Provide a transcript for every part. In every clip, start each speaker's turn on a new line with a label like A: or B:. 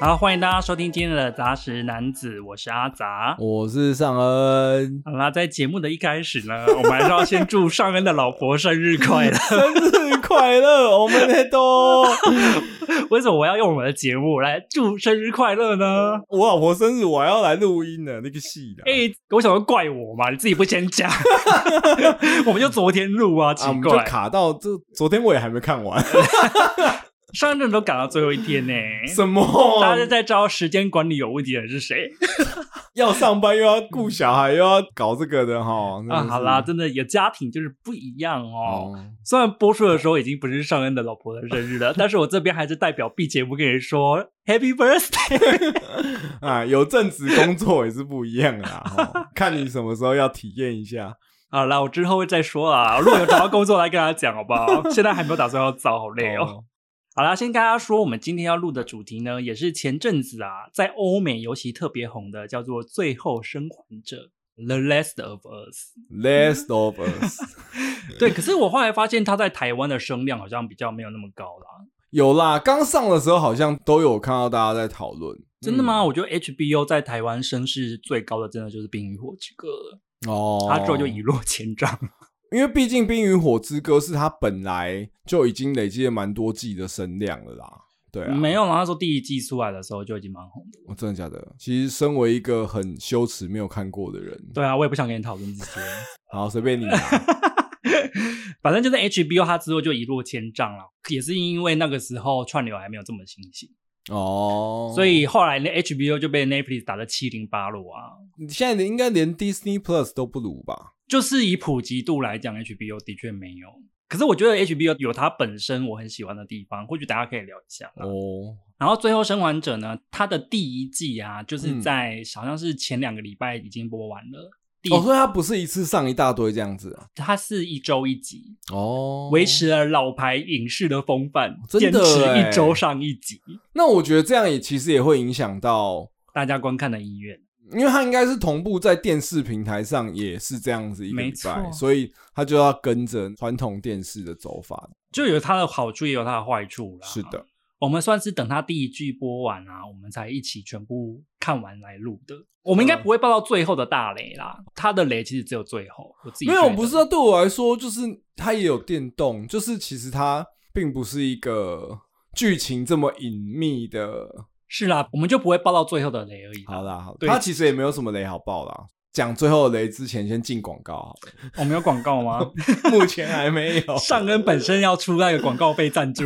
A: 好，欢迎大家收听今天的杂食男子，我是阿杂。
B: 我是尚恩，
A: 好啦，在节目的一开始呢， 我们还是要先祝尚恩的老婆生日快乐。
B: 生日快乐！我们的都，
A: 为什么我要用我们的节目来祝生日快乐呢？
B: 我老婆生日我还要来录音呢，那个戏的。
A: 哎、我想说怪我嘛，你自己不先讲， 我们就昨天录啊，奇
B: 啊，我们就
A: 怪，哎
B: 卡到这，昨天我也还没看完。
A: 上任都赶到最后一天呢、
B: 什么？
A: 大家就在知道时间管理有问题的人是谁
B: 要上班又要顾小孩又要搞这个的哈。真的
A: 啊？
B: 嗯是
A: 好啦，，真的有家庭就是不一样哦。
B: 哦，
A: 虽然播出的时候已经不是尚恩的老婆的生日了，但是我这边还是代表 B 节目跟你说 Happy Birthday。
B: 啊，有正职工作也是不一样的啦。齁 看你什么时候要体验一下。
A: 好啦，我之后会再说啊。如果有找到工作来跟他讲，好不好？现在还没有打算要找，好累哦。
B: 哦
A: 好啦，先跟大家说，我们今天要录的主题呢，也是前阵子啊，在欧美尤其特别红的，叫做《最后生还者》（The Last of Us）。
B: Last of Us
A: 对，可是我后来发现，它在台湾的声量好像比较没有那么高啦。
B: 有啦，刚上的时候好像都有看到大家在讨论。
A: 真的吗？
B: 嗯？
A: 我觉得 HBO 在台湾声势最高的，真的就是《冰与火之歌》了，
B: 哦，
A: 它之后就一落千丈。
B: 因为毕竟《冰与火之歌》是他本来就已经累积了蛮多季的声量了啦。对啊，
A: 没有啦，那时候第一季出来的时候就已经蛮红的。
B: 我真的假的？其实身为一个很羞耻没有看过的人，
A: 对啊，我也不想跟你讨论这 些。
B: 好随便 你啦。
A: 反正就是 HBO 它之后就一落千丈了，也是因为那个时候串流还没有这么新兴，
B: 哦，
A: 所以后来那 HBO 就被 Netflix 打得七零八落啊。
B: 你现在应该连 Disney Plus 都不如吧？
A: 就是以普及度来讲，HBO 的确没有。可是我觉得 HBO 有它本身我很喜欢的地方，或许大家可以聊一下啦。
B: 哦，
A: 然后《最后生还者》呢，它的第一季啊，就是在好像是前两个礼拜已经播完了，第
B: 哦，所以它不是一次上一大堆这样子啊
A: 它是一周一集，
B: 哦，
A: 维持了老牌影视的风范，
B: 真
A: 坚
B: 的
A: 持一
B: 欸
A: 周上一集，
B: 那我觉得这样也其实也会影响到，
A: 大家观看的意愿。
B: 因为它应该是同步在电视平台上也是这样子一个
A: 没
B: 礼拜，
A: 错
B: 所以它就要跟着传统电视的走法。
A: 就有它的好处，也有它的坏处啦。
B: 是的，，
A: 我们算是等它第一季播完啊，我们才一起全部看完来录
B: 嗯
A: 的。我们应该不会爆到最后的大雷啦，它的雷其实只有最后。我自己
B: 没
A: 觉
B: 有，
A: 得
B: 不是啊，对我来说，就是它也有电动，就是其实它并不是一个剧情这么隐秘的。
A: 是啦，我们就不会爆到最后的雷而已。
B: 好，啦，好，
A: 对
B: 它其实也没有什么雷好爆啦。讲最后的雷之前，先进广告好了。
A: 我哦们有广告吗？
B: 目前还没有。
A: 尚恩本身要出那个广告费赞 助。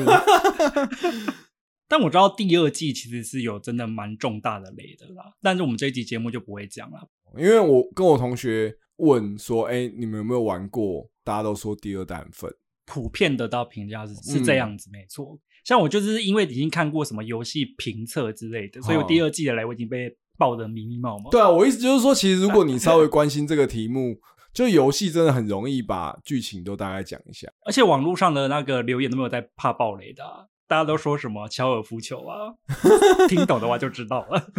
A: 但我知道第二季其实是有真的蛮重大的雷的啦，但是我们这一集节目就不会讲啦。
B: 因为我跟我同学问说：“哎、你们有没有玩过？”大家都说第二弹粉。
A: 普遍得到评价是是
B: 嗯
A: 这样子，没错。像我就是因为已经看过什么游戏评测之类的，所以我
B: 哦
A: 第二季的来我已经被爆得迷迷冒冒。
B: 对啊，我意思就是说，其实如果你稍微关心这个题目， 就游戏真的很容易把剧情都大概讲一下。
A: 而且网络上的那个留言都没有在怕暴雷的啊、大家都说什么乔尔夫球啊，听懂的话就知道了。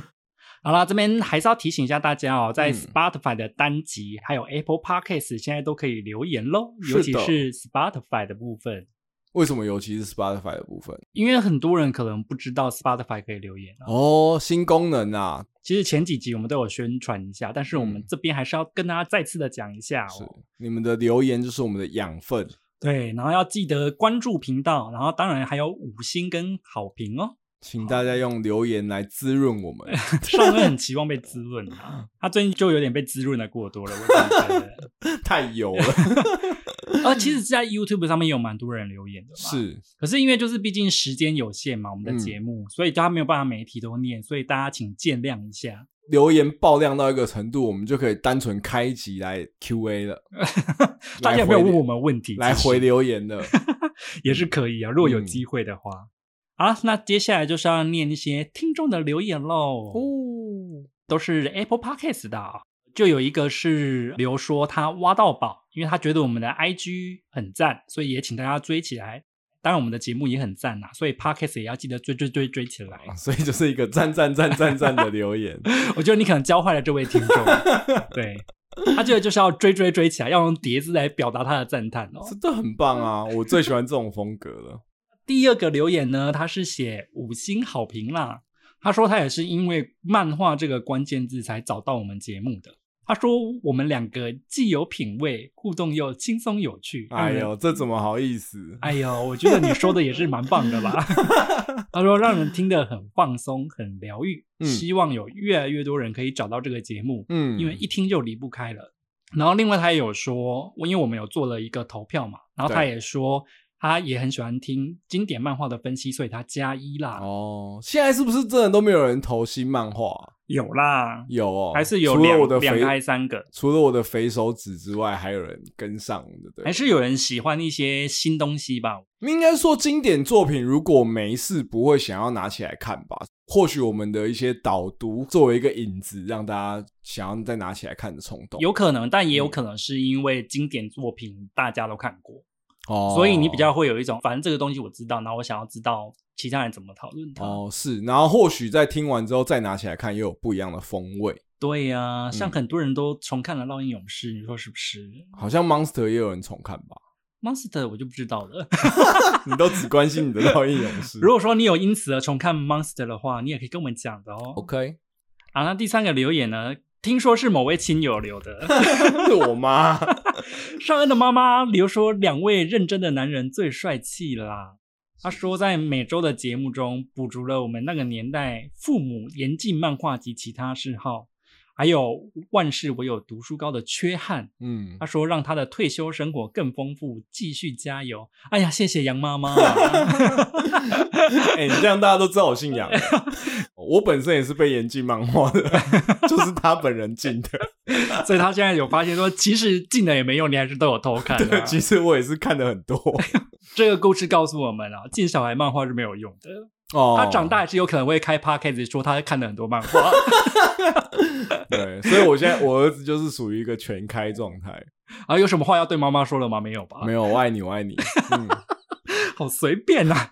A: 好啦，这边还是要提醒一下大家哦，在
B: 嗯
A: Spotify 的单集、还有 Apple Podcast 现在都可以留言喽，
B: 是的
A: 尤其是 Spotify 的部分，
B: 为什么尤其是 Spotify 的部分？
A: 因为很多人可能不知道 Spotify 可以留言啊。
B: 哦，新功能啊，
A: 其实前几集我们都有宣传一下，但是我们
B: 嗯
A: 这边还是要跟大家再次的讲一下
B: 是
A: 哦。
B: 你们的留言就是我们的养分。
A: 对，然后要记得关注频道，然后当然还有五星跟好评哦。
B: 请大家用留言来滋润我们。
A: 上任很期望被滋润 啊，他最近就有点被滋润的过多了，我自己觉得。
B: 太油了，
A: 而其实，在 YouTube 上面也有蛮多人留言的嘛。，
B: 是
A: 可是因为就是毕竟时间有限嘛，我们的
B: 嗯
A: 节目，所以他没有办法每一题都念，所以大家请见谅一 下。
B: 留言爆量到一个程度，我们就可以单纯开集来 Q&A 了，
A: 大家有没有问我们问题？
B: 来
A: 其实
B: 回留言了。
A: 也是可以啊，如果有
B: 嗯
A: 机会的话。好啦，那接下来就是要念一些听众的留言喽，
B: 哦，
A: 都是 Apple Podcast 的啊、就有一个是刘说他挖到宝，因为他觉得我们的 IG 很赞，所以也请大家追起来。当然，我们的节目也很赞呐、所以 Podcast 也要记得追追追追起来。
B: 所以就是一个赞赞赞赞赞的留言。
A: 我觉得你可能教坏了这位听众， 对他觉得就是要追追追起来，要用叠字来表达他的赞叹哦。
B: 真的很棒啊！我最喜欢这种风格了。
A: 第二个留言呢，他是写五星好评啦。他说他也是因为漫画这个关键字才找到我们节目的。他说我们两个既有品味，互动又轻松有趣。让
B: 哎
A: 人
B: 呦，这怎么好意思？
A: 哎呦，我觉得你说的也是蛮棒的 吧？他说让人听得很放松，很疗愈。
B: 嗯
A: 希望有越来越多人可以找到这个节目，
B: 嗯，
A: 因为一听就离不开了。然后另外他也有说，因为我们有做了一个投票嘛，然后他
B: 对
A: 也说他也很喜欢听经典漫画的分析，所以他加一啦，
B: 哦，现在是不是真的都没有人投新漫画啊？
A: 有啦，
B: 有哦，
A: 还是有
B: 除了我的
A: 两两
B: 肥
A: 个还是三个，
B: 除了我的肥手指之外，还有人跟上的，对，
A: 还是有人喜欢一些新东西吧？
B: 应该说经典作品，如果没事不会想要拿起来看吧。或许我们的一些导读作为一个引子，让大家想要再拿起来看的冲动。
A: 有可能，但
B: 嗯
A: 也有可能是因为经典作品大家都看过，
B: 哦，
A: 所以你比较会有一种，反正这个东西我知道，然后我想要知道其他人怎么讨论它。
B: 哦是，然后或许在听完之后再拿起来看，又有不一样的风味。
A: 对呀、像
B: 嗯
A: 很多人都重看了《烙印勇士》，你说是不是
B: 好像 Monster 也有人重看吧？
A: ？Monster 我就不知道了。
B: 你都只关心你的烙印勇士。
A: 如果说你有因此而重看 Monster 的话，你也可以跟我们讲的哦。
B: OK，
A: 好、那第三个留言呢？听说是某位亲友留的，
B: 是我妈。
A: 尚恩的妈妈留说，两位认真的男人最帅气啦。她说，在每周的节目中，补足了我们那个年代父母严禁漫画及其他嗜好，还有万事唯有读书高的缺憾。
B: 嗯
A: 她，说，让她的退休生活更丰富，继续加油。哎呀，谢谢杨妈 妈。
B: 哎、你这样大家都知道我姓杨了。欸我本身也是被严禁漫画的， 就是他本人禁的。
A: 所以她现在有发现说，其实进了也没用，你还是都有偷看、
B: 对，
A: 啊。
B: 其实我也是看的很多。
A: 这个故事告诉我们啊，进小孩漫画是没有用的。
B: 哦
A: 他长大也是有可能会开 podcast 说他看了很多漫画。
B: 对，所以我现在我儿子就是属于一个全开状 态，
A: 啊，有什么话要对妈妈说了吗？没有吧？
B: 没有我爱你，我 爱你。嗯，
A: 好随便啊。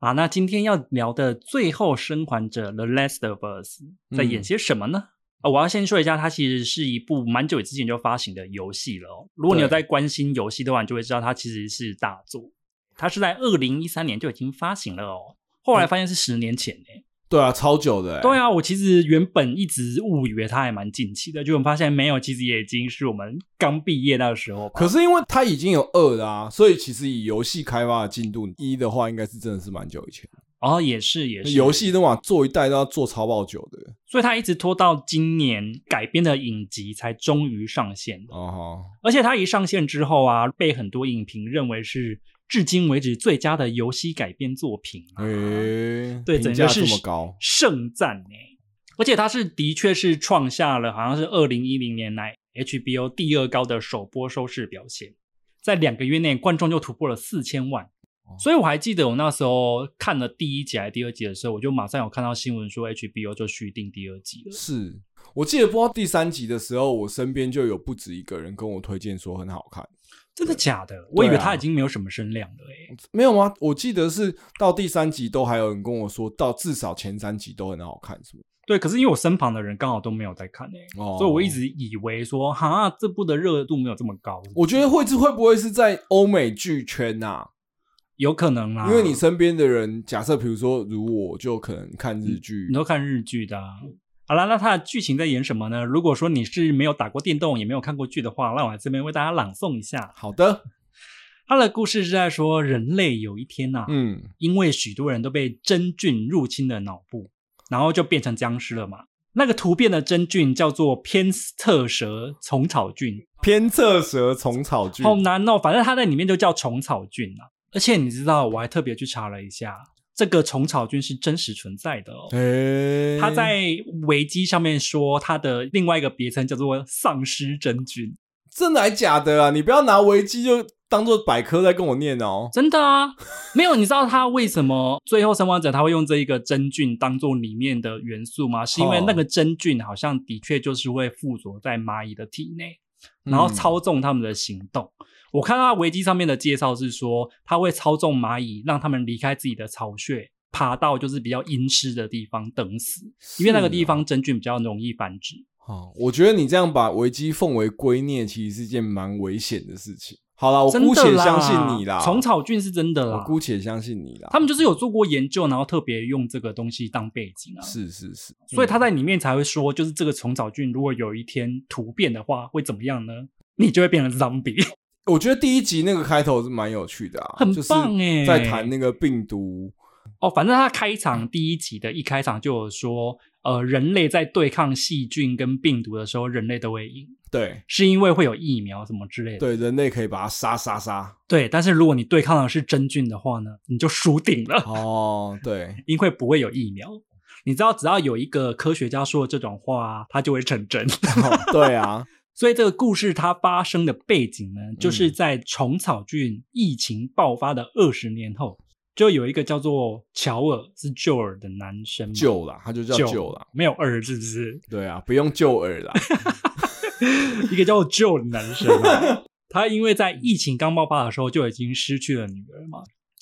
A: 啊，那今天要聊的最后生还者《The Last of Us》在
B: 嗯
A: 演些什么呢？啊，我要先说一下，它其实是一部蛮久之前就发行的游戏了、哦。如果你有
B: 对
A: 在关心游戏的话，你就会知道它其实是大作。它是在二零一三年就已经发行了哦，后
B: 嗯
A: 来发现是十年前呢、
B: 对啊，超久的、欸。
A: 对，啊，我其实原本一直误以为它还蛮近期的，结果发现没有，其实也已经是我们刚毕业那个时候吧。
B: 可是因为他已经有二啦、所以其实以游戏开发的进度，一的话应该是真的是蛮久以前。
A: 哦，也是也是
B: 游戏的话，做一代都要做超爆久的。
A: 所以他一直拖到今年改编的影集才终于上线了。
B: 哦吼，
A: 而且他一上线之后啊，被很多影评认为是至今为止最佳的游戏改编作品、啊，
B: 诶、
A: 对
B: 评
A: 整
B: 价
A: 个是
B: 这么高，
A: 盛赞呢、而且他是的确是创下了好像是二零一零年来 HBO 第二高的首播收视表现，在两个月内观众就突破了四千万。
B: 哦
A: 所以我还记得我那时候看了第一集还是第二集的时候，我就马上有看到新闻说 HBO 就续订第二集了。
B: 是我记得播到第三集的时候，我身边就有不止一个人跟我推荐说很好看。
A: 真的假的？我以为
B: 对啊
A: 他已经没有什么声量了欸诶、
B: 没有吗？我记得是到第三集都还有人跟我说，到至少前三集都很好看，是吗？
A: 对，可是因为我身旁的人刚好都没有在看诶、
B: 哦
A: 所以我一直以为说，哈，这部的热度没有这么高，
B: 我觉得会是会不会是在欧美剧圈呐、
A: 有可能啊啦，
B: 因为你身边的人，假设比如说如我，就可能看日剧
A: 你，都看日剧的、啊。好啦，那它的剧情在演什么呢？如果说你是没有打过电动，也没有看过剧的话，那我来这边为大家朗诵一下。
B: 好的，
A: 它的故事是在说，人类有一天呐、
B: 嗯，
A: 因为许多人都被真菌入侵了脑部，然后就变成僵尸了嘛。那个突变的真菌叫做偏侧蛇虫草菌，
B: 偏侧蛇虫草剧，
A: 好难哦。反正它在里面就叫虫草菌啊。而且你知道，我还特别去查了一下，这个虫草菌是真实存在的哦。
B: 诶、
A: 它在维基上面说，它的另外一个别称叫做丧尸真菌，
B: 真的还假的啊？你不要拿维基就当做百科在跟我念哦。
A: 真的啊，没有，你知道它为什么最后生还者他会用这一个真菌当做里面的元素 吗？是因为
B: 哦
A: 那个真菌好像的确就是会附着在蚂蚁的体内，然后
B: 嗯
A: 操纵它们的行动。我看到维基上面的介绍是说，它会操纵蚂蚁，让它们离开自己的巢穴，爬到就是比较阴湿的地方等死，因为那个地
B: 是
A: 方真菌比较容易繁殖。
B: 哦，我觉得你这样把维基奉为圭臬，其实是件蛮危险的事情。好了，我
A: 真
B: 姑
A: 的
B: 且
A: 啦
B: 相信你啦，
A: 虫草菌是真的
B: 我
A: 啦，
B: 姑且啊相信你啦。
A: 他们就是有做过研究，然后特别用这个东西当背景啊，
B: 是是是，
A: 所以他
B: 嗯
A: 在里面才会说，就是这个虫草菌如果有一天突变的话，会怎么样呢？你就会变成 zombie，
B: 我觉得第一集那个开头是蛮有趣的啊，
A: 很棒
B: 就是
A: 哎、
B: 在谈那个病毒，
A: 哦，反正他开场第一集的一开场就有说，呃，人类在对抗细菌跟病毒的时候，人类都会赢，
B: 对
A: 是因为会有疫苗什么之类的。
B: 对，人类可以把它杀杀杀。
A: 对，但是如果你对抗的是真菌的话呢，你就输定了。
B: 哦，对，
A: 因为不会有疫苗。你知道，只要有一个科学家说的这种话，它就会成真。
B: 哦对啊，
A: 所以这个故事它发生的背景呢，就是在虫草菌疫情爆发的二十年后，就有一个叫做乔尔是救尔的男生嘛，
B: 救啦，他就叫救啦，，
A: 没有二是不是？
B: 对啊，不用救饵啦，
A: 一个叫救的男生啊，他因为在疫情刚爆发的时候就已经失去了女儿嘛，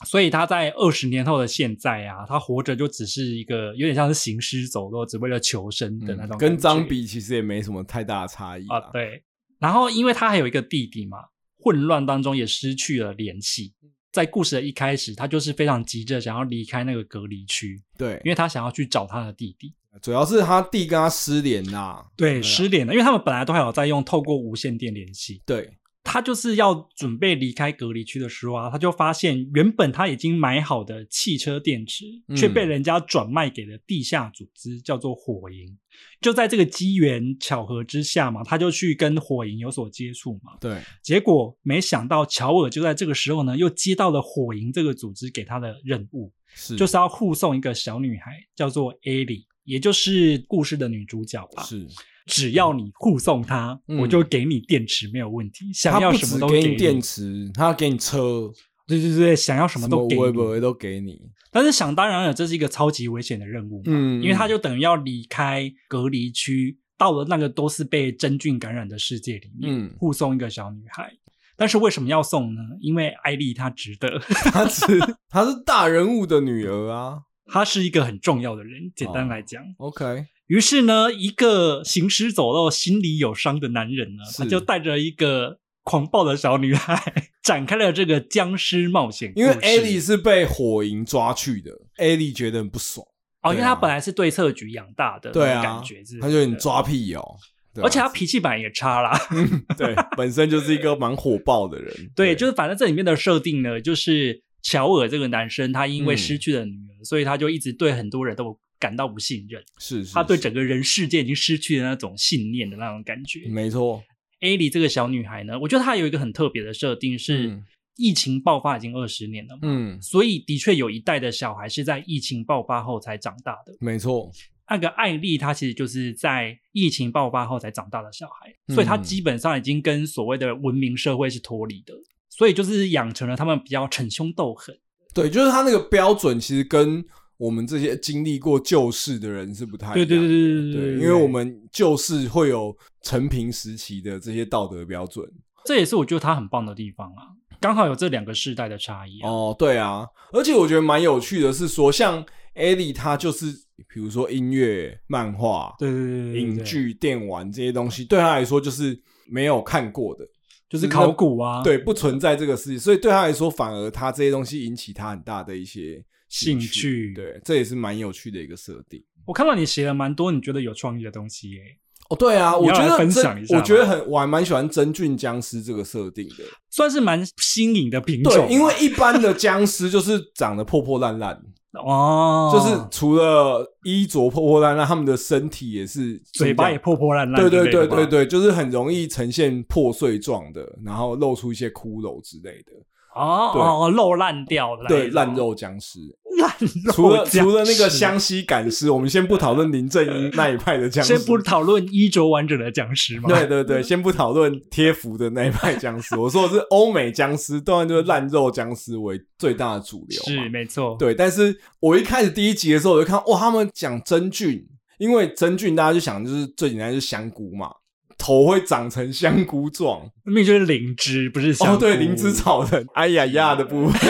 A: 所以他在二十年后的现在啊，他活着就只是一个有点像是行尸走肉，只为了求生 的那种、
B: 嗯跟脏比其实也没什么太大的差异
A: 啊
B: 啦，
A: 对。然后因为他还有一个弟弟嘛，混乱当中也失去了联系。在故事的一开始，他就是非常急着想要离开那个隔离区，
B: 对，
A: 因为他想要去找他的弟弟。
B: 主要是他弟跟他失联啦，
A: 对，
B: 啊
A: 失联了，因为他们本来都还有在用透过无线电联系，
B: 对，
A: 他就是要准备离开隔离区的时候啊，他就发现原本他已经买好的汽车电池，
B: 嗯
A: 却被人家转卖给了地下组织，叫做火营。就在这个机缘巧合之下嘛，他就去跟火营有所接触嘛。
B: 对，
A: 结果没想到乔尔就在这个时候呢，又接到了火营这个组织给他的任务，
B: 是，
A: 就是要护送一个小女孩，叫做艾莉，也就是故事的女主角吧。
B: 是，
A: 只要你护送它，
B: 嗯
A: 我就给你电池，没有问题。想
B: 他
A: 要
B: 不
A: 什
B: 只
A: 么都
B: 给
A: 你
B: 你电，池，他给你车，
A: 对对对，想要什
B: 什
A: 么都给
B: 微博
A: 你。
B: 都给你，
A: 但是想当然了，这是一个超级危险的任务嘛，
B: 嗯
A: 啊因为他就等于要离开隔离区，到了那个都是被真菌感染的世界里面，
B: 嗯
A: 护送一个小女孩。但是为什么要送呢？因为艾丽她值得，
B: 他是他是大人物的女儿啊
A: 她是一个很重要的人。简
B: 哦
A: 单来讲，
B: ，OK，
A: 于是呢，一个行尸走肉、心里有伤的男人呢，
B: 是
A: 他就带着一个狂暴的小女孩，展开了这个僵尸冒险故事。
B: 因为艾莉是被火营抓去的，艾莉觉得很不爽，
A: 哦，因为
B: 对
A: 他
B: 啊
A: 本来是对策局养大的，
B: 对啊，
A: 感觉是，
B: 他就你，抓屁哦，对啊
A: 而且他脾气本来也差啦。
B: 对本身就是一个蛮火爆的人，
A: 对，就是反正这里面的设定呢，就是乔尔这个男生，他因为
B: 嗯
A: 失去了女儿，所以他就一直对很多人都感到不信任，
B: 是是，
A: 他对
B: 是
A: 整个人世界已经失去了那种信念的那种感觉。
B: 没错，
A: 艾莉这个小女孩呢，我觉得她有一个很特别的设定是
B: 嗯，
A: 疫情爆发已经二十年了嘛，
B: 嗯，
A: 所以的确有一代的小孩是在疫情爆发后才长大的。
B: 没错，
A: 那个艾莉她其实就是在疫情爆发后才长大的小孩，所以她
B: 嗯
A: 基本上已经跟所谓的文明社会是脱离的，所以就是养成了他们比较逞凶斗狠。
B: 对，就是他那个标准其实跟我们这些经历过救世的人是不太一
A: 对
B: 样
A: 对对对
B: 对，因为我们就是会有成平时期的这些道德标准。
A: 这也是我觉得她很棒的地方啊，刚好有这两个世代的差异、啊。
B: 哦，对啊，而且我觉得蛮有趣的是说，像艾莉她就是，比如说音乐、漫画、
A: 对对对对对，
B: 影
A: 对
B: 剧、电玩这些东西，对她来说就是没有看过的，
A: 就是考古啊，
B: 对，不存在这个事情，所以对她来说，反而她这些东西引起她很大的一些
A: 兴
B: 趣。
A: 趣。
B: 对，这也是蛮有趣的一个设定。
A: 我看到你写了蛮多你觉得有创意的东西耶，
B: 哦，对啊，
A: 你
B: 我
A: 要
B: 觉
A: 来
B: 得
A: 分
B: 真
A: 享一下
B: 我觉得
A: 吗
B: 很，我还蛮喜欢真菌僵尸这个设定的。
A: 算是蛮新颖的品种啊。
B: 对，因为一般的僵尸就是长得破破烂烂，
A: 哦，
B: 就是除了衣着破破烂烂，他们的身体也是
A: 嘴巴也破破烂烂之
B: 对
A: 类的吧。
B: 对对对对，就是很容易呈现破碎状的，然后露出一些骷髅之类的，
A: 哦
B: 对
A: 哦，肉烂掉了，
B: 对，烂，肉僵尸。
A: 烂肉。
B: 除了除了那个湘，西赶尸，我们先不讨论林正英那一派的僵尸，
A: 先不讨论衣着完整的僵尸嘛。
B: 对对对，先不讨论贴服的那一派僵尸，我说的是欧美僵尸，当然就是烂肉僵尸为最大的主流嘛。
A: 是没错。
B: 对，但是我一开始第一集的时候，我就看哇，他们讲真菌，因为真菌大家就想就是最简单就是香菇嘛，头会长成香菇状。
A: 那明明就是灵芝，不是香
B: 哦，对，
A: 菇
B: 灵芝。草人，哎呀呀的部 分，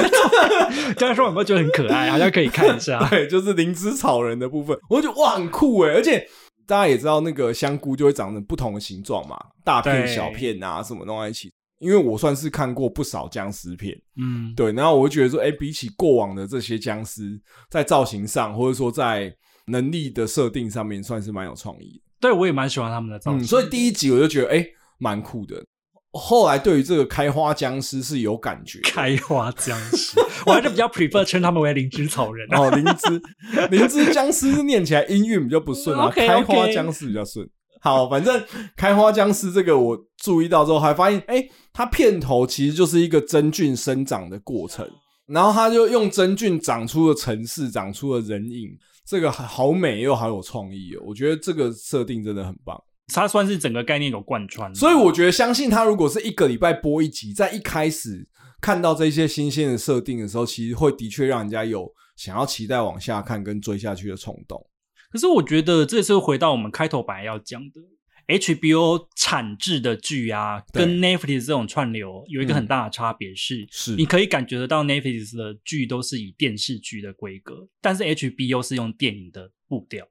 A: 这样说有没有觉得很可爱？好像可以看一 下。
B: 对，就是灵芝草人的部分，我就觉得哇很酷欸诶，而且。大家也知道，那个香菇就会长成不同的形状嘛，大片、
A: 对
B: 小片啊，什么弄在一起。因为我算是看过不少僵尸片，
A: 嗯，
B: 对，然后我就觉得说，哎、比起过往的这些僵尸，在造型上或者说在能力的设定上面，算是蛮有创意
A: 对我也蛮喜欢他们的
B: 的。
A: 造
B: 嗯，
A: 型。
B: 所以第一集我就觉得，哎、蛮酷的。后来对于这个开花僵尸是有感觉的，
A: 开花僵尸，我还是比较 prefer 称他们为灵芝草人、啊。
B: 哦，灵芝，灵芝僵尸念起来音韵比较不顺啊，
A: OK，OK
B: 开花僵尸比较顺。好，反正开花僵尸这个我注意到之后，还发现，哎、它片头其实就是一个真菌生长的过程，然后它就用真菌长出了城市，长出了人影，这个好美又好有创意哦，我觉得这个设定真的很棒。
A: 它算是整个概念有贯穿，
B: 所以我觉得，相信他如果是一个礼拜播一集，在一开始看到这些新鲜的设定的时候，其实会的确让人家有想要期待往下看跟追下去的冲动。
A: 可是我觉得这次回到我们开头本来要讲的，HBO 产制的剧啊，
B: 对
A: 跟 Netflix 这种串流有一个
B: 嗯
A: 很大的差别是，
B: 是
A: 你可以感觉得到 Netflix 的剧都是以电视剧的规格，但是 HBO 是用电影的步调。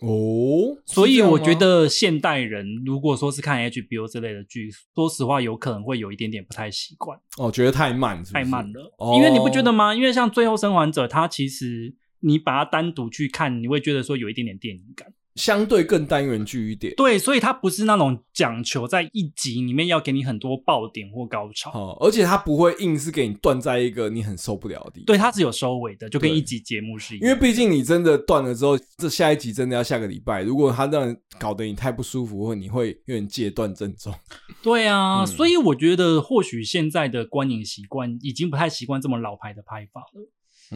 B: 哦，
A: 所以我觉
B: 是这样吗
A: 得现代人如果说是看 HBO 这类的剧，说实话有可能会有一点点不太习惯，
B: 哦，觉得太慢是不是，
A: 太慢了。
B: 哦
A: 因为你不觉得吗？因为像《最后生还者》，它其实你把它单独去看，你会觉得说有一点点电影感。
B: 相对更单元剧一点。
A: 对，所以它不是那种讲求在一集里面要给你很多爆点或高潮，
B: 哦，而且它不会硬是给你断在一个你很受不了的地方。
A: 对，它是有收尾的，就跟
B: 对
A: 一集节目是一
B: 因为
A: 样。
B: 毕竟你真的断了之后，这下一集真的要下个礼拜。如果它让人搞得你太不舒服，或你会有点戒断症状。
A: 对啊，
B: 嗯
A: 所以我觉得或许现在的观影习惯已经不太习惯这么老牌的拍法了。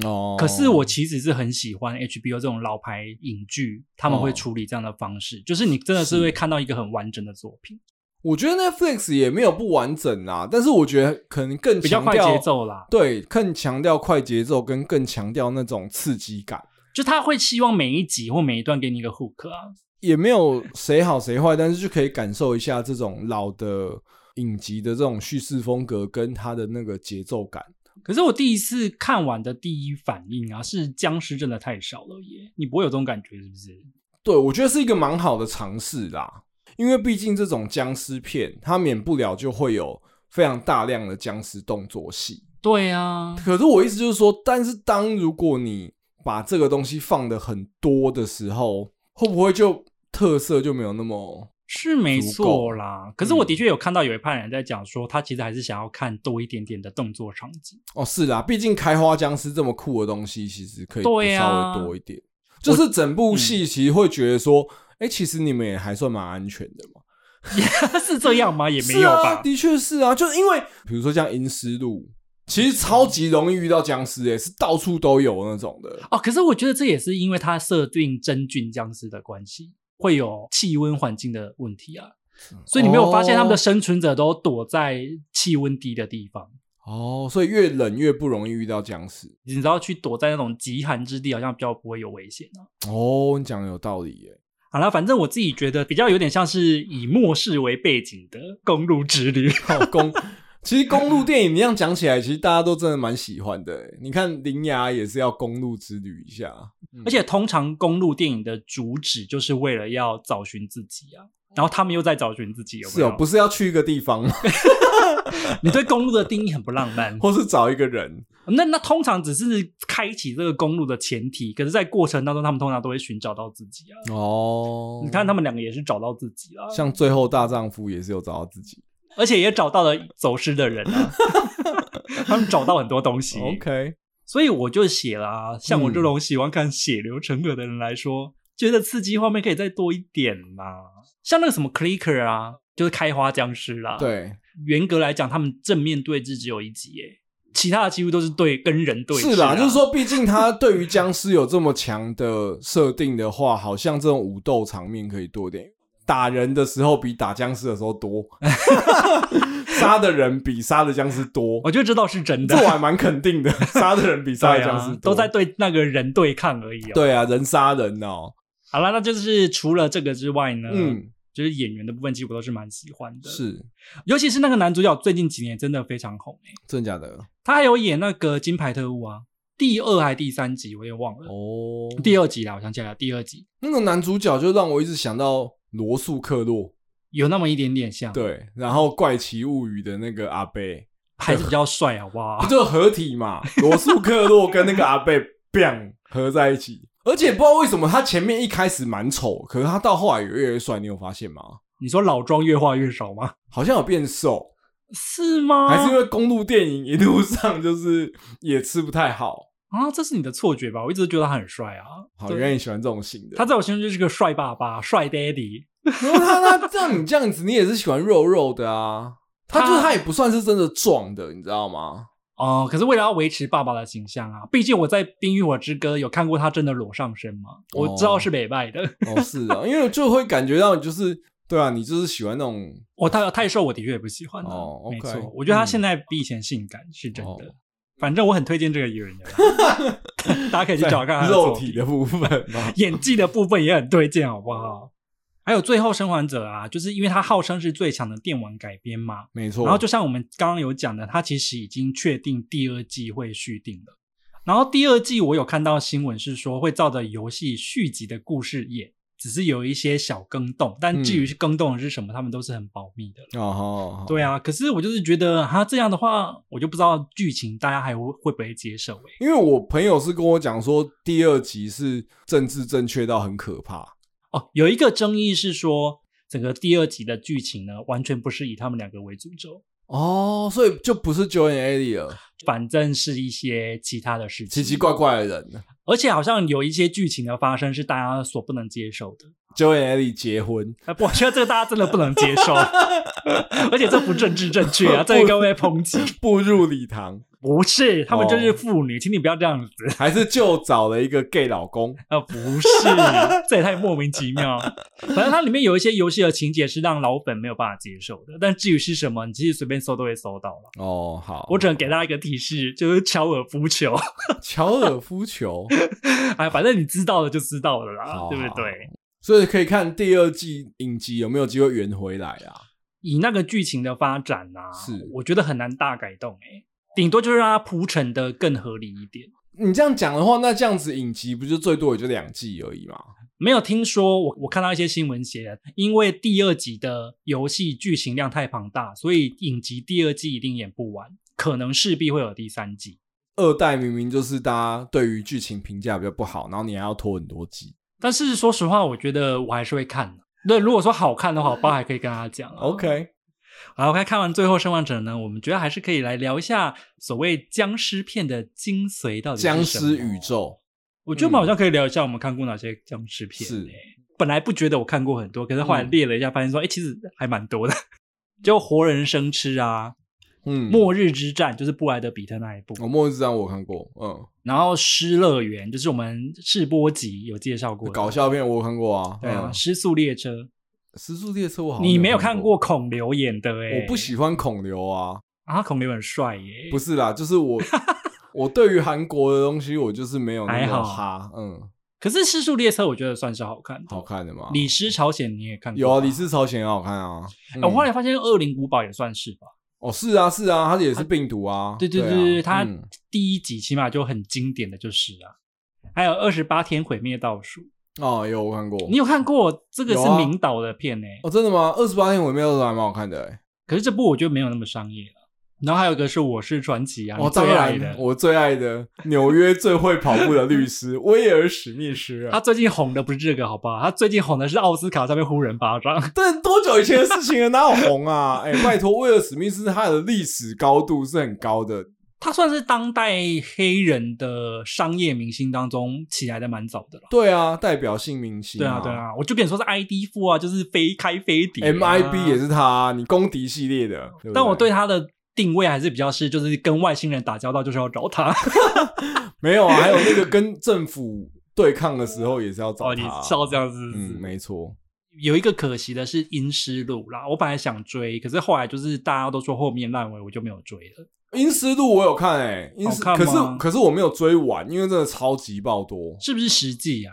B: 哦，
A: 可是我其实是很喜欢 HBO 这种老牌影剧，他们会
B: 哦
A: 处理这样的方式，就是你真的是
B: 是
A: 会看到一个很完整的作品，
B: 我觉得 Netflix 也没有不完整啦，但是我觉得可能更
A: 比较
B: 强
A: 快
B: 调
A: 节，奏啦。
B: 对，更强调快节奏，跟更强调那种刺激感。
A: 就他会希望每一集或每一段给你一个 hook 啊，
B: 也没有谁好谁坏，但是就可以感受一下这种老的影集的这种叙事风格跟它的那个节奏感。
A: 可是我第一次看完的第一反应啊，是僵尸真的太少了耶！你不会有这种感觉是不是？
B: 对我觉得是一个蛮好的尝试啦，因为毕竟这种僵尸片，它免不了就会有非常大量的僵尸动作戏。
A: 对啊，
B: 可是我意思就是说，但是当如果你把这个东西放的很多的时候，会不会就特色就没有那么？
A: 是没
B: 足够嗯
A: 错啦。可是我的确有看到有一派人在讲说，他其实还是想要看多一点点的动作场 景。
B: 哦，是啦，毕竟开花僵尸这么酷的东西，其实可以
A: 对啊嗯
B: 稍微多一点。就是整部戏其实会觉得说，哎、其实你们也还算蛮安全的嘛。
A: 是这样吗？也没
B: 是
A: 有
B: 啊
A: 吧。
B: 的确是啊，就是因为比如说像阴尸路，其实超级容易遇到僵尸、诶，是到处都有那种的。
A: 哦，可是我觉得这也是因为它设定真菌僵尸的关系，会有气温环境的问题啊。
B: 嗯
A: 所以你没有发现
B: 哦
A: 他们的生存者都躲在气温低的地方？
B: 哦，所以越冷越不容易遇到僵尸。
A: 你知道去躲在那种极寒之地，好像比较不会有危险啊。
B: 哦，你讲的有道理耶、
A: 好啦，反正我自己觉得比较有点像是以末世为背景的公路之旅。
B: 靠公。 其实公路电影，你这样讲起来，其实大家都真的蛮喜欢的欸。你看《铃芽》也是要公路之旅一下，
A: 而且通常公路电影的主旨就是为了要找寻自己啊，然后他们又在找寻自己，有没
B: 是
A: 有？
B: 哦，不是要去一个地方吗？
A: 你对公路的定义很不浪漫。
B: 或是找一个人？
A: 那那通常只是开启这个公路的前提，可是，在过程当中，他们通常都会寻找到自己啊。
B: 哦
A: 你看，他们两个也是找到自己啊，
B: 像《最后大丈夫》也是有找到自己。
A: 而且也找到了走失的人 啊。他们找到很多东西
B: OK，
A: 所以我就写了啊。像我这
B: 嗯
A: 种喜欢看血流成河的人来说，觉得刺激画面可以再多一点啦、像那个什么 Clicker 啊，就是开花僵尸啦、，
B: 对，
A: 严格来讲，他们正面对峙只有一集耶，其他的几乎都是对跟人对峙、啊
B: 是啦，就是说，毕竟他对于僵尸有这么强的设定的话，好像这种武斗场面可以多点。打人的时候比打僵尸的时候多， 杀的人比杀的僵尸多。
A: 我就知道是 真的。
B: 这我还蛮 肯定的，杀的人比杀的
A: 对
B: 僵
A: 啊
B: 尸多
A: 都在。对那个人对抗而已、哦。，
B: 对啊，人杀人哦。
A: 好了，那就是除了这个之外呢，嗯，
B: 嗯，
A: 就是演员的部分，其实我都是蛮喜欢的，，
B: 是
A: 尤其是那个男主角，最近几年真的非常红诶、
B: 真的假的？
A: 他还有演那个《金牌特务》啊，第二还第三集，我也忘了，
B: 哦，
A: 第二集啦，我想起来了，第二集。
B: 那个男主角就让我一直想到罗素克洛，
A: 有那么一点点像，，
B: 对，然后《怪奇物语》的那个阿贝，
A: 还是比较帅，啊好不好
B: 不？就合体 嘛？罗素克洛跟那个阿贝 biang 合在一起，而且不知道为什么他前面一开始蛮丑，可是他到后来有越来越帅，你有发现吗？
A: 你说老庄越画越少吗？
B: 好像有变瘦，
A: 是吗？
B: 还是因为公路电影一路上就是也吃不太好。
A: 啊，这是你的错觉吧？我一直觉得他很帅啊。
B: 好，
A: 对
B: 原来你喜欢这种型的。
A: 他在我心中就是个帅爸爸、帅 daddy。
B: 然后他他这样你这样子，你也是喜欢肉肉的啊。他就是
A: 他
B: 他也不算是真的壮的，你知道 吗？
A: 哦，可是为了要维持爸爸的形象啊，毕竟我在《冰与火之歌》有看过他真的裸上身嘛，我知道是美拜的。
B: 哦，是
A: 啊
B: 的，因为就会感觉到你就是对啊，你就是喜欢那种
A: 我太太瘦，我的确也不喜欢、啊。
B: 哦
A: 没
B: OK，
A: 错，我觉得他
B: 嗯
A: 现在比以前性感、是真的。
B: 哦
A: 反正我很推荐这个艺人的啦， 大家可以哎去找看他的作
B: 肉
A: 品。
B: 体的部分哦嘛
A: 演技的部分也很推荐，好不好？还有《最后生还者》啊，就是因为他号称是最强的电玩改编嘛，
B: 没错，
A: 然后就像我们刚刚有讲的，他其实已经确定第二季会续订了。然后第二季我有看到新闻是说会照着游戏续集的故事演，只是有一些小更动，但
B: 嗯
A: 至于是更动的是什么，他们都是很保密的。
B: 哦好，
A: 对啊，可是我就是觉得他这样的话，我就不知道剧情大家还会会不会接受欸诶、
B: 因为我朋友是跟我讲说，第二集是政治正确到很可怕。
A: 哦，有一个争议是说，整个第二集的剧情呢，完全不是以他们两个为主轴，
B: 哦，所以就不是 Joan Ellie 了，
A: 反正是一些其他的事情，
B: 奇奇怪怪的人。
A: 而且好像有一些剧情的发生是大家所不能接受的。
B: Joan Ellie 结婚，
A: 啊，不我觉得这个大家真的不能接 受，而且这不政治正确啊，这应该会被抨击。
B: 步入礼堂，
A: 不是，他们
B: 哦
A: 就是妇女，请你不要这样子。
B: 还是就找了一个 gay 老公。
A: 啊，不是，这也太莫名其妙。反正它里面有一些游戏的情节是让老粉没有办法接受的，但至于是什么，你其实随便搜都会搜到了。
B: 哦，好，
A: 我只能给大家一个提示，就是乔尔夫球。
B: 乔尔夫球，
A: 哎，反正你知道的就知道了啦，
B: 好
A: 对不
B: 好
A: 对？
B: 所以可以看第二季影集有没有机会圆回来啊？
A: 以那个剧情的发展啊，
B: 是
A: 我觉得很难大改动诶、顶多就是让它铺陈的更合理一点。
B: 你这样讲的话，那这样子影集不就最多也就两季而已嘛？
A: 没有听说我我看到一些新闻写，因为第二集的游戏剧情量太庞大，所以影集第二季一定演不完，可能势必会有第三季。
B: 二代明明就是大家对于剧情评价比较不好，然后你还要拖很多季。
A: 但是说实话，我觉得我还是会看的。对，如果说好看的话，我爸还可以跟他讲啊、
B: OK，
A: 好，我看看完最后生还者呢，我们觉得还是可以来聊一下所谓僵尸片的精髓到底是
B: 僵
A: 什么
B: 尸宇。宙
A: 我觉得我们好像可以聊一下我们看过哪些僵尸片、
B: 是
A: 欸。本来不觉得我看过很多，可是后来
B: 嗯
A: 列了一下，发现说，哎、其实还蛮多的。 就活人生吃啊，
B: 嗯，
A: 末日之战就是布莱德比特那一部，
B: 哦末日之战我有看过，嗯，
A: 然后失乐园就是我们试播集有介绍过的
B: 搞。笑片我有看过啊，
A: 对啊，
B: 嗯
A: 失速列车，
B: 时速列车我好像
A: 你没有
B: 看
A: 看过，孔刘演的哎、
B: 我不喜欢孔刘 啊，
A: 啊，孔刘很帅耶、
B: 不是啦，就是我我对于韩国的东西我就是没有那
A: 还好
B: 么哈，嗯，
A: 可是失速列车我觉得算是好看的，
B: 好看的嘛，
A: 李斯朝鲜你也看过
B: 有啊，
A: 吧
B: 李氏朝鲜很好看啊，
A: 哎我后
B: 嗯
A: 来发现《恶灵古堡》也算是吧。
B: 哦是啊是啊，它也是病毒啊，
A: 对对
B: 对
A: 对
B: 啊
A: 对，它
B: 嗯
A: 第一集起码就很经典的就是啊。还有《二十八天毁灭倒数》，
B: 哦有我看过，
A: 你有看过？这个
B: 有
A: 是
B: 啊
A: 明导的片呢、
B: 哦真的吗？二十八天我没有还蛮好看的，哎，
A: 可是这部我觉得没有那么商业了。然后还有一个是《我是传奇》啊，
B: 哦
A: 你
B: 当
A: 最爱
B: 然
A: 的。
B: 我最 爱的纽约最会跑步的律师威尔史密斯啊
A: 他。最近红的不是这个，好不好？他最近红的是奥斯卡上面呼人巴掌。
B: 但多久以前的事情了？哪有红啊？ 哎、拜托，威尔史密斯他的历史高度是很高的，
A: 他算是当代黑人的商业明星当中起来的蛮早的了。
B: 对啊，代表性明星、
A: 对啊，对。啊，我就跟你说是 ID 富啊，就是非开飞碟、
B: M I B 也
A: 是。
B: 是他、啊你公敌系列的，对
A: 啊
B: 不
A: 但我
B: 对
A: 对他的定位还是比较是，就是跟外星人打交道就是要找他。
B: 没有啊，还有那个跟政府对抗的时候也是要 找
A: 哦，你
B: 他、啊
A: 笑这样子是不是
B: 嗯，没错，
A: 有一个可惜的是《阴尸路》啦，我本来想追，可是后来就是大家都说后面烂尾，我就没有追了。
B: 《阴尸路》我有看哎、欸，阴尸
A: 好看
B: 可是
A: 吗
B: 可是我没有追完，因为真的超级爆多，
A: 是不是实际啊？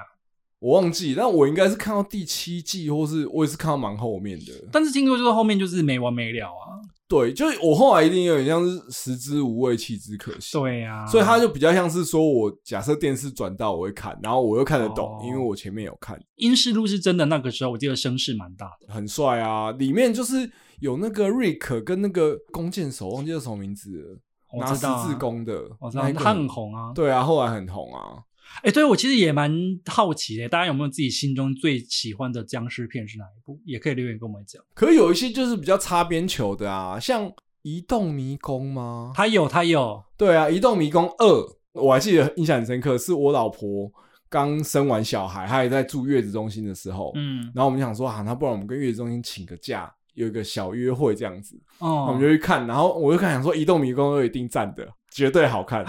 B: 我忘记，但我应该是看到第七季，或是我也是看到蛮后面的。
A: 但是听说就是后面就是没完没了啊。
B: 对，就是我后来一定有点像是食之无味，弃之可惜。
A: 对呀、啊，
B: 所以它就比较像是说我假设电视转到我会看，然后我又看得懂，
A: 哦
B: 因为我前面有看，
A: 英式路是真的，那个时候我记得声势蛮大的。
B: 很帅啊。里面就是有那个瑞克跟那个弓箭手，忘记叫什么名字了，
A: 我
B: 拿
A: 知
B: 十
A: 道、啊，
B: 字弓的，
A: 我知道
B: 那一个
A: 他很。红啊。
B: 对啊，后来很红啊。
A: 哎、对我其实也蛮好奇的，大家有没有自己心中最喜欢的僵尸片是哪一部？也可以留言跟我们讲。
B: 可是有一些就是比较擦边球的啊，像《移动迷宫》吗？
A: 他有，他有，
B: 对啊，《移动迷宫二》，我还记得印象很深刻，是我老婆刚生完小孩，她也在住月子中心的时候，
A: 嗯，
B: 然后我们想说啊，那不然我们跟月子中心请个假，有一个小约会这样子，
A: 哦，
B: 我们就去看。然后我就看想说，《移动迷宫二》一定赞的，绝对好看。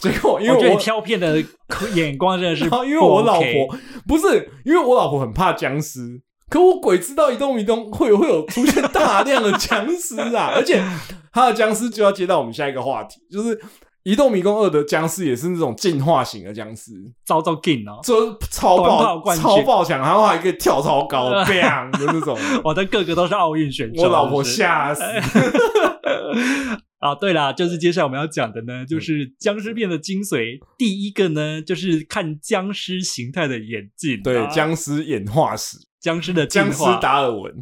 B: 结果因为
A: 啊我觉得
B: 我
A: 你挑片的眼光真的是
B: 然
A: 不
B: 后
A: OK，
B: 因为我老婆不是，因为我老婆很怕僵尸，可我鬼知道移动移动会有会有出现大量的僵尸啊，而且他的僵尸就要接到我们下一个话题，就是。移动迷宫二的僵尸也是那种进化型的僵尸，
A: 遭到劲哦，
B: 就是超
A: 短跑
B: 爆
A: 冠军
B: 超爆强，然后还可以跳超 高，bang 的那种。
A: 我的个个都是奥运选手。
B: 我老婆
A: 是不是
B: 吓死，
A: 啊，对啦，就是接下来我们要讲的呢，就是僵尸片的精髓。第一个呢，就是看僵尸形态的演进啊、
B: 对僵尸演化史，
A: 僵尸的进
B: 僵尸
A: 化
B: 达尔文。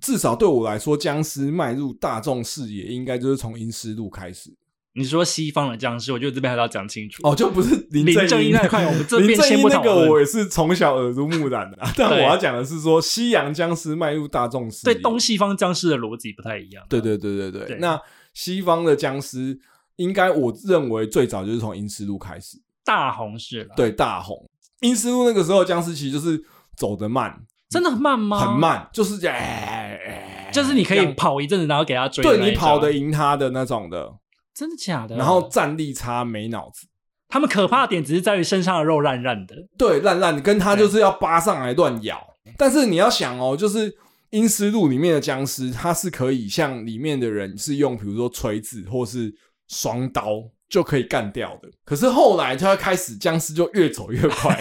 B: 至少对我来说，僵尸迈入大众视野，应该就是从阴尸路开始。
A: 你说西方的僵尸，我觉得这边还是要讲清楚。
B: 哦，就不是林
A: 林
B: 正
A: 正
B: 英
A: 英那块我们这边
B: 林正
A: 先
B: 英
A: 不
B: 那
A: 讨
B: 个
A: 论
B: 我也是从小耳濡目染的、 啊，但我
A: 对
B: 要讲的是说，西洋僵尸迈入大众视野。
A: 对东西方僵尸的逻辑不太一样。
B: 对对对对对。
A: 对
B: 那西方的僵尸，应该我认为最早就是从阴尸路开始，
A: 大红是了，
B: 对大红。阴尸路那个时候，僵尸其实就是走得慢，
A: 真的很慢吗？
B: 很，慢，就是这样哎，哎
A: 就是你可
B: 这
A: 以
B: 样
A: 跑一阵啊子，然后给他追。
B: 对你跑得，赢他的那种的，
A: 真的假的？
B: 然后战力差没脑子，
A: 他们可怕的点只是在于身上的肉烂烂的，
B: 对烂烂，跟他就是要扒上来乱咬。但是你要想哦，就是阴尸路里面的僵尸，它是可以像里面的人是用比如说锤子或是双刀就可以干掉的。可是后来他开始僵尸就越走越 快，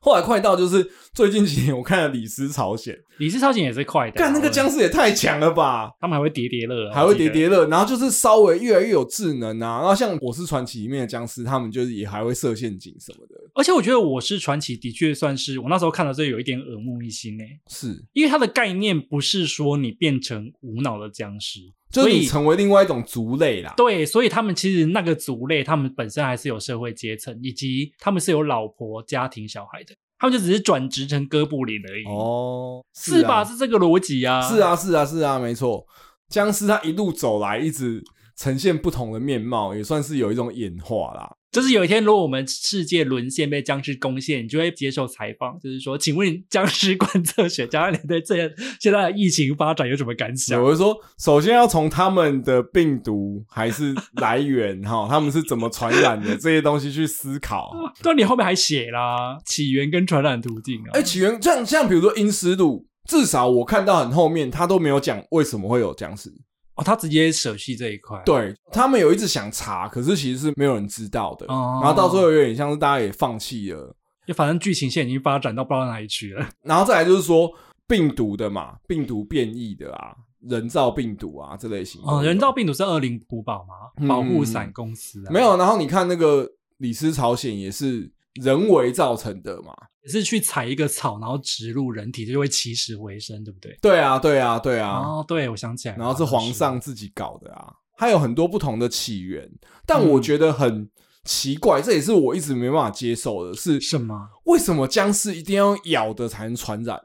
B: 后来快到就是最近几年我看了《李斯朝鲜》，
A: 李氏超警也是快的。
B: 干那个
A: 啊我
B: 僵尸也太强了吧！
A: 他们还会叠叠乐，啊
B: 还会
A: 我记
B: 叠
A: 得。
B: 叠乐，然后就是稍微越来越有智能啊。然后像《我是传奇》里面的僵尸，他们就是也还会设陷阱什么的。
A: 而且我觉得《我是传奇》的确算是我那时候看到这有一点耳目一新诶、欸
B: 是，
A: 因为它的概念不是说你变成无脑的僵尸，
B: 就
A: 所
B: 是你
A: 以
B: 成为另外一种族类啦。
A: 对，所以他们其实那个族类，他们本身还是有社会阶层，以及他们是有老婆、家庭、小孩的，他们就只是转职成哥布林而已，
B: 哦，
A: 是吧？
B: 啊？
A: 是这个逻辑啊，
B: 是，啊，是啊，是啊，没错。僵尸它一路走来，一直呈现不同的面貌，也算是有一种演化啦。
A: 就是有一天如果我们世界沦陷被僵尸攻陷，你就会接受采访，就是说，请问僵尸观测学家，你对这现在的疫情发展有什么感想？
B: 有的说，首先要从他们的病毒还是来源哈， 他们是怎么传染的这些东西去思 考。
A: 对，啊你后面还写啦，起源跟传染途径啊。
B: 哎、起源像像比如说阴尸路，至少我看到很后面，他都没有讲为什么会有僵尸。
A: 哦，他直接舍弃这一块。，
B: 对他们有一直想查，可是其实是没有人知道的。
A: 哦
B: 然后到最后有点像是大家也放弃了。
A: 就反正剧情线已经发展到不知道哪里去了。
B: 然后再来就是说病毒的嘛，病毒变异的啊，人造病毒啊这类型的。
A: 哦，人造病毒是恶灵古堡嘛，
B: 嗯
A: 保护伞公司、啊
B: 没，有。然后你看那个李斯朝鲜也是人为造成的嘛。
A: 也是去采一个草，然后植入人体，就会起死回生，对不对？
B: 对啊，对啊，对啊。
A: 哦，对，我想起来了，
B: 然后是皇
A: 好像
B: 上自己搞的啊，它有很多不同的起源，但我
A: 嗯
B: 觉得很奇怪，这也是我一直没办法接受的是
A: 是，什么？
B: 为什么僵尸一定要咬的才能传染？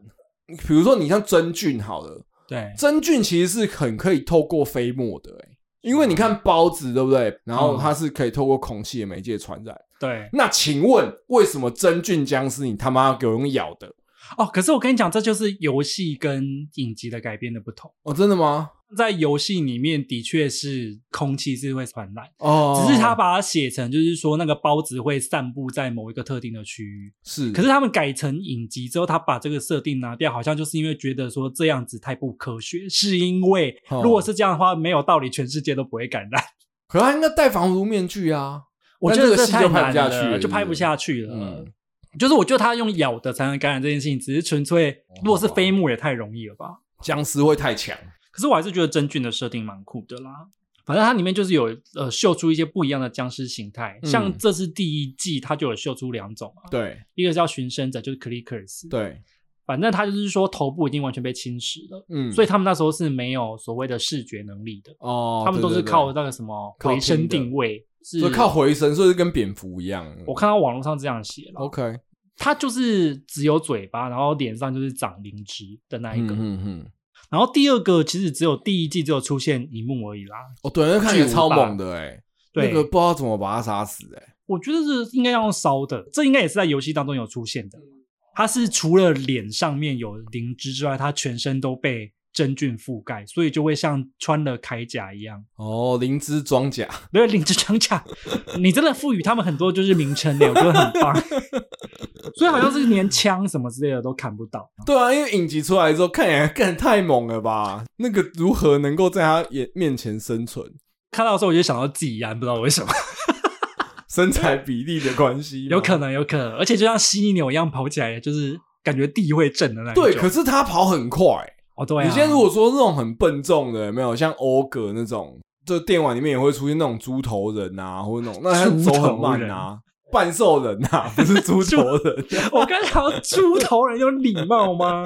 B: 比如说你像真菌好了，
A: 对，
B: 真菌其实是很可以透过飞沫的、欸，因为你看孢子对不对？然后
A: 嗯
B: 它是可以透过空气的媒介传染。
A: 对，
B: 那请问为什么真菌僵尸你他妈要给我用咬的？
A: 哦，可是我跟你讲，这就是游戏跟影集的改编的不同。
B: 哦，真的吗？
A: 在游戏里面，的确是空气是会传染，
B: 哦，
A: 只是他把它写成就是说那个孢子会散布在某一个特定的区域。
B: 是，
A: 可是他们改成影集之后，他把这个设定拿掉，好像就是因为觉得说这样子太不科学，是因为
B: 哦
A: 如果是这样的话，没有道理，全世界都不会感染。
B: 可他应该戴防毒面具啊。
A: 我
B: 但
A: 觉得
B: 这
A: 这
B: 个戏
A: 太
B: 就拍不
A: 难
B: 下
A: 了
B: 去了
A: 就拍不
B: 是
A: 下去了。
B: 嗯
A: 就是我觉得他用咬的才能感染这件事情，只是纯粹如果是
B: 哦
A: 飞木也太容易了吧？
B: 僵尸会太强。
A: 可是我还是觉得真菌的设定蛮酷的啦。反正它里面就是有呃秀出一些不一样的僵尸形态，
B: 嗯
A: 像这是第一季它就有秀出两种啊，
B: 对
A: 一个叫寻生者，就是 clickers，，
B: 对，
A: 反正它就是说头部已经完全被侵蚀了，
B: 嗯，
A: 所以他们那时候是没有所谓的视觉能力的，
B: 哦，
A: 他们都
B: 对
A: 是
B: 对
A: 靠
B: 对
A: 那个什么
B: 靠
A: 回声
B: 听的
A: 定位，是
B: 所以靠回声，所以跟蝙蝠一样。
A: 我看到网络上这样写了，
B: OK，
A: 它就是只有嘴巴，然后脸上就是长灵芝的那一
B: 嗯
A: 个，
B: 嗯嗯，
A: 然后第二个其实只有第一季只有出现一幕而已啦，
B: 哦，对，那看起来
A: 巨无
B: 超
A: 霸
B: 猛的哎、
A: 对，
B: 那个不知道怎么把它杀死哎、
A: 我觉得这应该要用烧的，这应该也是在游戏当中有出现的。它是除了脸上面有灵芝之外，它全身都被真菌覆盖，所以就会像穿了铠甲一样。
B: 哦，灵芝装甲，
A: 对，灵芝装甲，你真的赋予他们很多就是名称呢，我觉得很棒。 所以好像是连枪什么之类的都砍不到。
B: 对啊，因为影集出来之后，看起来干太猛了吧？那个如何能够在他眼面前生存？
A: 看到的时候我就想到自己安，不知道为 什么，
B: 身材比例的关系吗，
A: 有可能，有可能，而且就像犀牛一样跑起来，就是感觉地会震的那一种。
B: 对。可是他跑很快，
A: 哦，对、啊，
B: 你现在如果说那种很笨重的，有没有像欧格那种，就电玩里面也会出现那种猪头人啊，或者那种那他走很慢啊，半兽人啊，不是猪头人。 啊
A: 我刚才想到猪头人有礼貌 吗？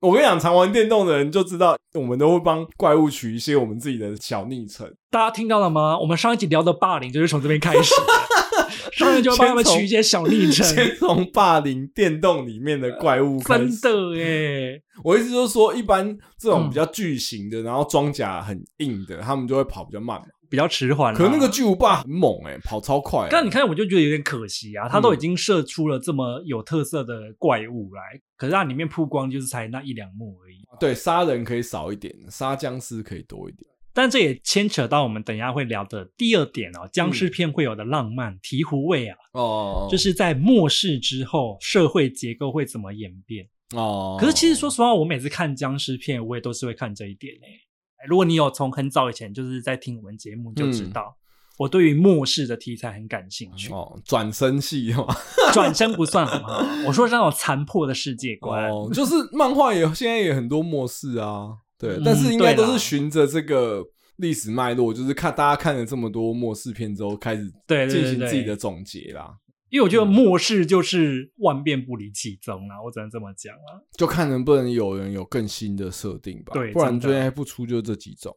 B: 我跟你讲，常玩电动的人就知道，我们都会帮怪物取一些我们自己的小昵称。
A: 大家听到了吗？我们上一集聊的霸凌就是从这边开 始的，上一集就帮他们取一些小昵称，
B: 先从霸凌电动里面的怪物开
A: 真
B: 始。
A: 的耶！
B: 我意思就是说，一般这种
A: 嗯
B: 比较巨型的，然后装甲很硬的，他们就会跑比较慢嘛。
A: 比较迟缓啦。
B: 可是那个巨无霸很猛哎、跑超快、欸。
A: 但你看，我就觉得有点可惜啊，他都已
B: 嗯
A: 经射出了这么有特色的怪物来，可是它里面曝光就是才那一两幕而已。
B: 对，杀人可以少一点，杀僵尸可以多一点。
A: 但这也牵扯到我们等一下会聊的第二点哦，僵尸片会有的浪漫醍醐味啊，
B: 嗯哦，
A: 就是在末世之后社会结构会怎么演变。
B: 哦。
A: 可是其实说实话，我每次看僵尸片，我也都是会看这一点诶、欸如果你有从很早以前就是在听我们节目，就知道、我对于末世的题材很感兴趣。
B: 嗯哦，转身戏嘛，
A: 转身不算好不好？我说是那种残破的世界观。
B: 哦，就是漫画也现在也很多末世啊，对，
A: 嗯
B: 但是应该
A: 对啦
B: 都是循着这个历史脉络，就是看大家看了这么多末世片之后，开始
A: 对对对
B: 进行
A: 对
B: 自己的总结啦，
A: 因为我觉得
B: 嗯
A: 末世就是万变不离其宗啦，我只能这么讲啊啦。
B: 就看能不能有人有更新的设定吧，
A: 对
B: 不然
A: 真的
B: 最近不出就这几种，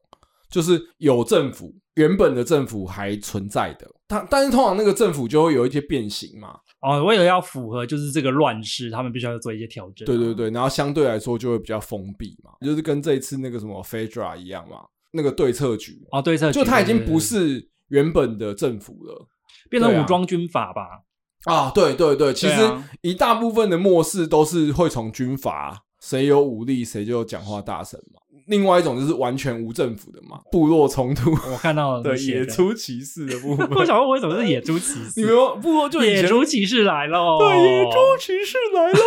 B: 就是有政府原本的政府还存在的，它但是通常那个政府就会有一些变形嘛，
A: 哦，为了要符合就是这个乱世，他们必须要做一些调整、啊
B: 对对，对，然后相对来说就会比较封闭嘛，就是跟这一次那个什么 Fedra 一样嘛，那个对策局，
A: 哦对，这
B: 就他已经不
A: 对
B: 是原本的政府了
A: 对变成
B: 对啊
A: 武装军阀吧？
B: 啊！对对对，其实
A: 对啊
B: 一大部分的末世都是会从军阀，谁有武力谁就讲话大声嘛。另外一种就是完全无政府的嘛，部落冲突
A: 我看到了
B: 的
A: 哦你写
B: 野
A: 的，
B: 猪骑士的部分。
A: 我想问为什么是野猪 骑士？
B: 你们有部落就以
A: 野
B: 前
A: 猪骑士来哦喽！
B: 对野猪骑士来喽，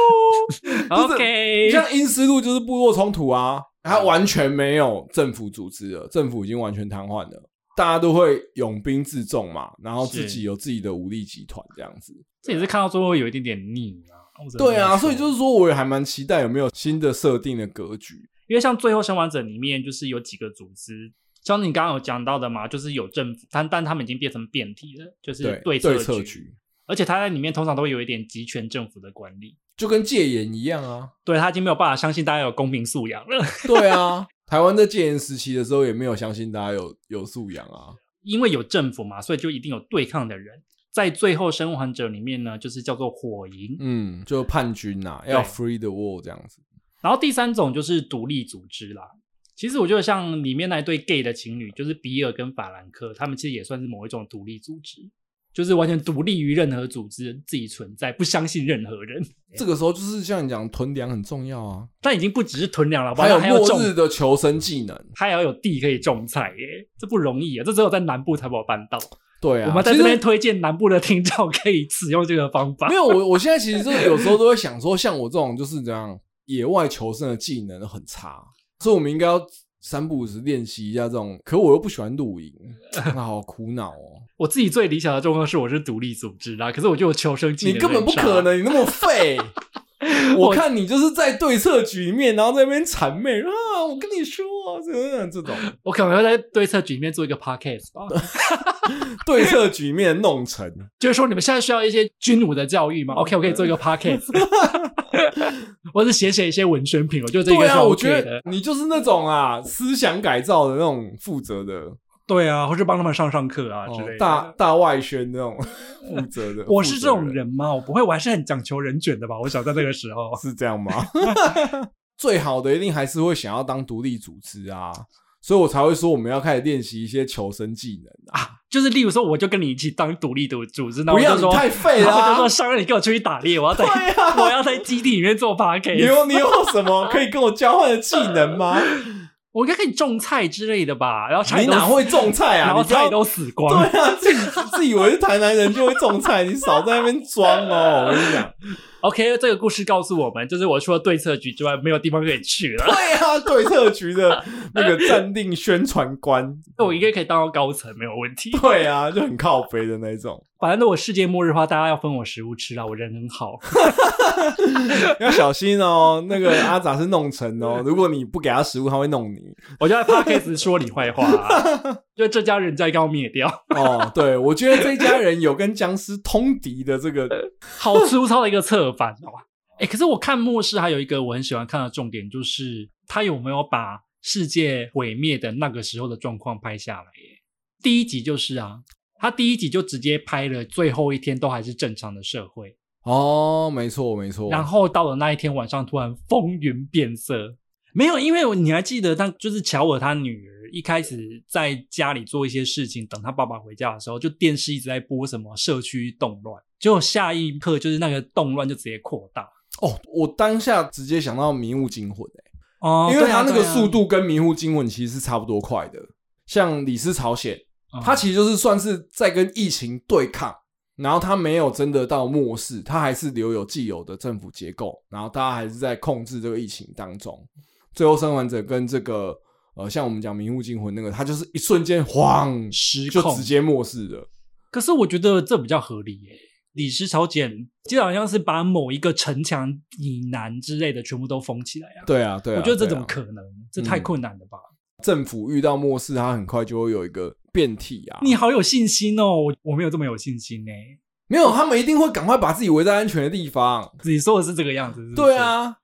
B: 就是
A: OK，
B: 像阴斯路就是部落冲突啊，
A: 嗯
B: 它完全没有政府组织了，政府已经完全瘫痪了，大家都会拥兵自重嘛，然后自
A: 是
B: 己有自己的武力集团这样子。
A: 这也是看到最后有一点点腻啊。我只能
B: 对
A: 这
B: 啊，
A: 么
B: 所以
A: 说
B: 就是说，我也还蛮期待有没有新的设定的格局。
A: 因为像《最后生还者》里面就是有几个组织，像你刚刚有讲到的嘛，就是有政府，但但他们已经变成变体了，就是
B: 对，
A: 策
B: 对策局
A: 而且他在里面通常都会有一点集权政府的管理。
B: 就跟戒严一 样啊，
A: 对他已经没有办法相信大家有公民素养了，
B: 对啊，台湾在戒严时期的时候也没有相信大家有有素养啊，
A: 因为有政府嘛，所以就一定有对抗的人。在《最后生还者》里面呢，就是叫做火营，
B: 嗯，就叛军呐、要
A: 对
B: free the world 这样子。
A: 然后第三种就是独立组织啦。其实我觉得像里面那一对 gay 的情侣，就是比尔跟法兰克，他们其实也算是某一种独立组织，就是完全独立于任何组织，自己存在，不相信任何人。
B: 这个时候就是像你讲囤粮很重要啊，
A: 但已经不只是囤粮了，
B: 还
A: 有
B: 有
A: 还要种
B: 末，日的求生技能。
A: 还要有地可以种菜耶，这不容易啊！这只有在南部才有办到。
B: 对啊，
A: 我们在
B: 其
A: 这
B: 实
A: 边推荐南部的听众可以使用这个方法
B: 没。有我，我现在其实就有时候都会想说，像我这种就是这样野外求生的技能很差，所以我们应该要三不五时练习一下这种，可我又不喜欢露营，那好苦恼 哦。
A: 我自己最理想的状况是我是独立组织啦，可是我觉得我求生技
B: 你
A: 能
B: 根本
A: 很
B: 不
A: 差
B: 可。能，你那么 废。我看你就是在对策局里面，然后在那边谄媚啊！我跟你说，这 这种
A: 我可能会在对策局里面做一个 podcast 吧，
B: 对策局面弄成，
A: 就是说你们现在需要一些军武的教育
B: 嗯
A: 吗？OK，我可以做一个 podcast，或是写写一些文宣品，我觉得这个
B: 对
A: 是
B: 啊，我觉
A: OK 的
B: 得。你就是那种啊思想改造的那种负责的，
A: 对啊，或是帮他们上上课啊
B: 哦、大大外宣 那种负责的。
A: 我是这
B: 负责
A: 种人吗？我不会，我还是很讲求人权的吧？我想在那个时候，
B: 是这样吗？ 最好的一定还是会想要当独立组织啊，所以我才会说我们要开始练习一些求生技能啊。
A: 就是例如说，我就跟你一起当独立的组织，那
B: 不
A: 我就
B: 要你
A: 说，
B: 太废
A: 然
B: 了、
A: 后我就
B: 啊
A: 说，，商人，你跟我出去打猎，我要在、
B: 对啊
A: 我要在基地里面做 p a r k
B: 你
A: i
B: 有你有什么可以跟我交换的技能 吗？
A: 我应该可以种菜之类的吧？然后菜
B: 你
A: 都
B: 哪会种菜啊？
A: 然后
B: 你不要
A: 菜都死光，
B: 对啊，自己自以为是台南人就会种菜，你少在那边装哦！我跟你讲，
A: OK，这个故事告诉我们，就是我除了对策局之外，没有地方可以去了。
B: 对啊，对策局的那个暂定宣传 官，
A: 那我应该可以当到高层，没有问题。
B: 对啊，就很靠背的那种。
A: 反正如果世界末日的话，大家要分我食物吃啦，我人很好。
B: 要小心哦，那个阿杂是弄成哦，如果你不给他食物，他会弄你。
A: 我就在 podcast 说你坏话、 啊，就这家人在刚灭掉，
B: 哦，对，我觉得这家人有跟僵尸通敌的这个，
A: 好粗糙的一个策反哦。哎、可是我看末世还有一个我很喜欢看的重点，就是他有没有把世界毁灭的那个时候的状况拍下来耶？第一集就是啊，他第一集就直接拍了最后一天都还是正常的社会，
B: 哦，没错没错，
A: 然后到了那一天晚上，突然风云变色。没有，因为我你还记得，当就是乔尔他女儿一开始在家里做一些事情，等他爸爸回家的时候，就电视一直在播什么社区动乱，结果下一刻就是那个动乱就直接扩大。
B: 哦，我当下直接想到《迷雾惊魂、欸
A: 哦
B: 因为他
A: 对
B: 那个
A: 啊对啊
B: 速度跟《迷雾惊魂》其实是差不多快的。像李斯朝鲜，
A: 嗯
B: 他其实就是算是在跟疫情对抗，然后他没有真的到末世，他还是留有既有的政府结构，然后大家还是在控制这个疫情当中。最后生还者跟这个呃，像我们讲《迷雾惊魂》那个，他就是一瞬间晃
A: 失
B: 嗯就
A: 控
B: 直，接末世了。
A: 可是我觉得这比较合理耶。李氏朝鲜基本上是把某一个城墙以南之类的全部都封起来啊。
B: 对啊，对啊，
A: 我觉得这
B: 对
A: 怎
B: 啊
A: 么可能？这太困难了吧？
B: 政府遇到末世，它很快就会有一个变体啊。
A: 你好有信心哦，我我没有这么有信心呢、欸
B: 没有，他们一定会赶快把自己围在安全的地方。
A: 你说的是这个样子是不是
B: 对，啊，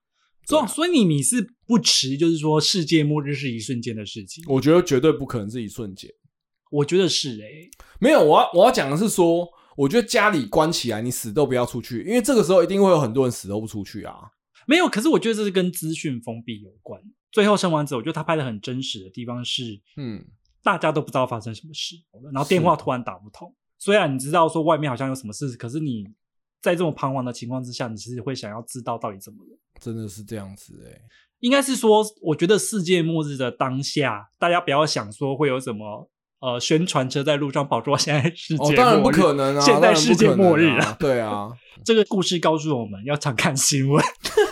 A: 所以所以你你是不持，就是说世界末日是一瞬间的事情，我
B: 我觉得绝对不可能是一瞬间。
A: 觉得是欸诶、
B: 没有，我要我要讲的是说，我觉得家里关起来，你死都不要出去，因为这个时候一定会有很多人死都不出去啊。
A: 没有，可是我觉得这是跟资讯封闭有关。最后生完子，我觉得他拍的很真实的地方是，
B: 嗯，大
A: 大家都不知道发生什么事，然后电话
B: 是
A: 突然打不通。虽然你知道说外面好像有什么事，可是你在这么彷徨的情况之下，你其实会想要知道到底怎么了。
B: 真的是这样子哎、
A: 应该是说，我觉得世界末日的当下，大家不要想说会有什么呃宣传车在路上跑说现在世界末
B: 哦
A: 日，，
B: 当然不可能啊，
A: 现在
B: 当然不
A: 世界
B: 可能
A: 末日
B: 啊，对啊，
A: 这个故事告诉我们要常看新闻，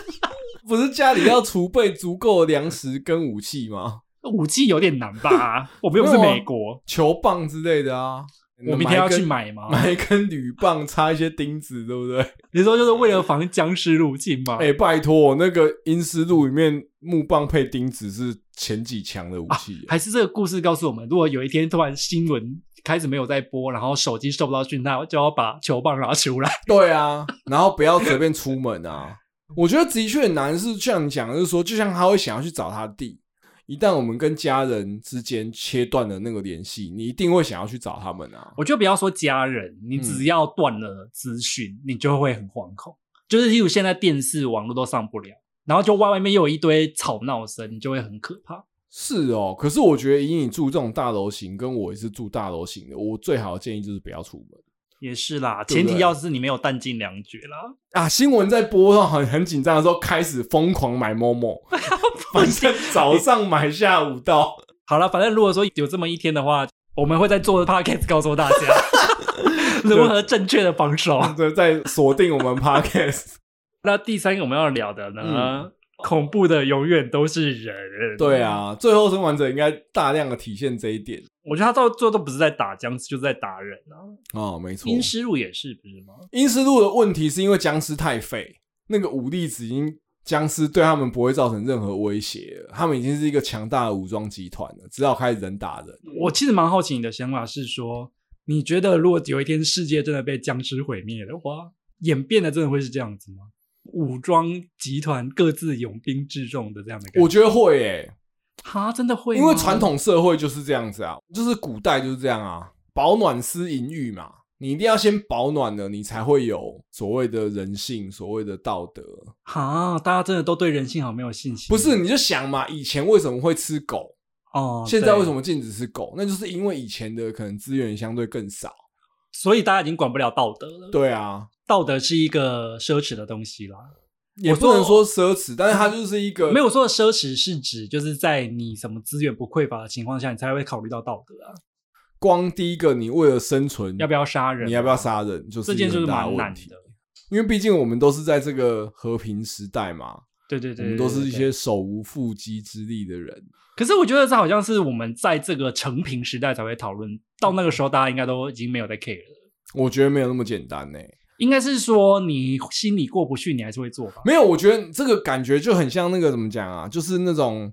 B: 不是家里要储备足够的粮食跟武器吗？
A: 武器有点难吧？我们又不是
B: 没有啊
A: 美国，
B: 球棒之类的啊，
A: 我明天要去
B: 买
A: 买啊吗
B: 一根？买一根铝棒，插一些钉子，对不对？
A: 你说就是为了防僵尸入侵吗？
B: 哎、拜托，那个《阴尸路》里面木棒配钉子是前几强的武器啊耶、
A: 还是这个故事告诉我们，如果有一天突然新闻开始没有在播，然后手机收不到讯号，就要把球棒拿出来。
B: 对啊，然后不要随便出门啊。我觉得的确很难是这样讲，就是说，就像他会想要去找他弟，一旦我们跟家人之间切断了那个联系，你一定会想要去找他们啊。
A: 我就不要说家人，你
B: 嗯
A: 只要断了资讯，你就会很惶恐。就是例如现在电视、网络都上不了，然后就外外面又有一堆吵闹声，你就会很可怕。
B: 是哦，可是我觉得以你住这种大楼型，跟我也是住大楼型的，我最好的建议就是不要出门
A: 也是啦，
B: 对不对
A: 前提要是你没有弹尽粮绝啦。
B: 啊。新闻在播到很很紧张的时候，开始疯狂买某某，反正早上买，下午到。
A: 好了，反正如果说有这么一天的话，我们会在做 podcast 告诉大家 如何正确的防守。
B: 对，在锁定我们 podcast。
A: 那第三个我们要聊的呢，恐怖的永远都是人。
B: 嗯对，啊，最后生还者应该大量的体现这一点
A: 我觉得他到最后都不是在打僵尸，就是在打人啊。
B: 哦，没错。
A: 阴尸路也是不是吗？
B: 阴尸路的问题是因为僵尸太废，那个武力值已经僵尸对他们不会造成任何威胁了，他们已经是一个强大的武装集团了，只好开始人打人。
A: 我其实蛮好奇你的想法是说，你觉得如果有一天世界真的被僵尸毁灭的话，演变的真的会是这样子吗？武装集团各自拥兵自重的这样的感
B: 我
A: 觉，
B: 觉得会诶、
A: 他真的会吗，
B: 因为传统社会就是这样子啊，就是古代就是这样啊，保暖思淫欲嘛，你一定要先保暖了，你才会有所谓的人性，所谓的道德。
A: 哈，大家真的都对人性好没有信心，
B: 不是，你就想嘛，以前为什么会吃狗？
A: 哦？
B: 现在为什
A: 么？
B: 么禁止吃狗？那就是因为以前的可能资源相对更少。
A: 所以大家已经管不了道德了，，
B: 对啊，
A: 道德是一个奢侈的东西啦。
B: 也
A: 我
B: 不能
A: 说
B: 说奢侈，但是它就是一个
A: 没有说的奢侈是指就是在你什么资源不匮乏的情况下，你才会考虑到道德啊，
B: 嗯光第一个，你为了生存，
A: 要不要杀人啊？
B: 你要不要杀人，就是
A: 这
B: 一
A: 件
B: 个
A: 就是
B: 很大的
A: 蛮难
B: 问题
A: 的。。
B: 因为毕竟我们都是在这个和平时代嘛，
A: 对对
B: 我
A: 对，
B: 们
A: 对
B: 都是一。
A: 对对
B: 些手无缚鸡之力的人。
A: 可是我觉得这好像是我们在这个成平时代才会讨论，到那个时候大家应该都已经没有在 care 了。
B: 我觉得没有那么简单呢、
A: 应该是说你心里过不去，你还是会做吧？
B: 没有，我觉得这个感觉就很像那个怎么讲啊，就是那种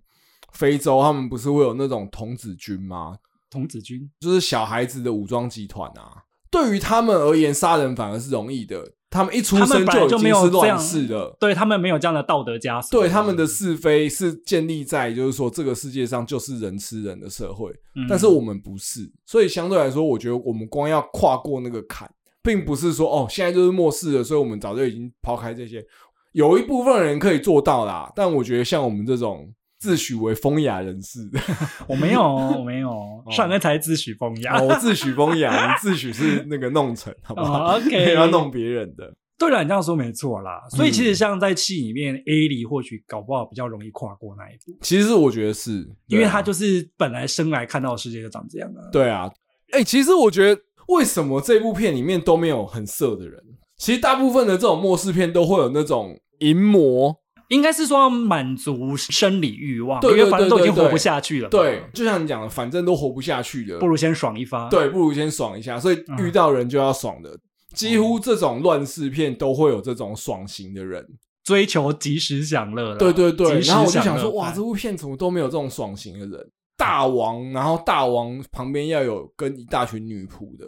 B: 非洲他们不是会有那种童子军吗？
A: 童子军
B: 就是小孩子的武装集团啊。对于他们而言，杀人反而是容易的，他们一出
A: 他们
B: 生
A: 本来
B: 已
A: 就没
B: 经
A: 有
B: 是
A: 这样
B: 乱世了。
A: 对他们没有这样的道德枷锁。
B: 对他们的是非是建立在就是说这个世界上就是人吃人的社会，
A: 嗯，
B: 但是我们不是，所以相对来说，我觉得我们光要跨过那个坎，并不是说哦现在就是末世了，所以我们早就已经抛开这些。有一部分人可以做到啦，但我觉得像我们这种自诩为风雅人士，
A: 我没有，我没
B: 哦
A: 有，上恩才自诩风雅。
B: 啊我自诩风雅，你自诩是那个弄成，好不
A: 哦
B: 好？
A: OK
B: 不 要弄别人的。
A: 对了，你这样说没错啦。所以其实像在戏里
B: 嗯
A: 面，A 里或许搞不好比较容易跨过那一步，
B: 其实我觉得是，
A: 因为
B: 对啊
A: 他就是本来生来看到的世界就长这样啊。
B: 对啊，哎、其实我觉得为什么这部片里面都没有很色的人？其实大部分的这种末世片都会有那种淫魔，
A: 应该是说要满足生理欲望，
B: 对对
A: 因为反正都已经
B: 对对对
A: 活不下去了。
B: 对，，就像你讲的，反正都活不嗯下去的，
A: 不如先爽一发。，
B: 对，不如先爽一下。所以遇到人就要爽的，几乎这种乱世片都会有这种爽型的人。
A: 追求及时享乐啦。
B: 对对对，
A: 及时
B: 然后我就
A: 享
B: 想嗯
A: 乐
B: 说，哇，
A: 派
B: 这部片怎么都没有这种爽型的人？大王，然后大王旁边要有跟一大群女仆的，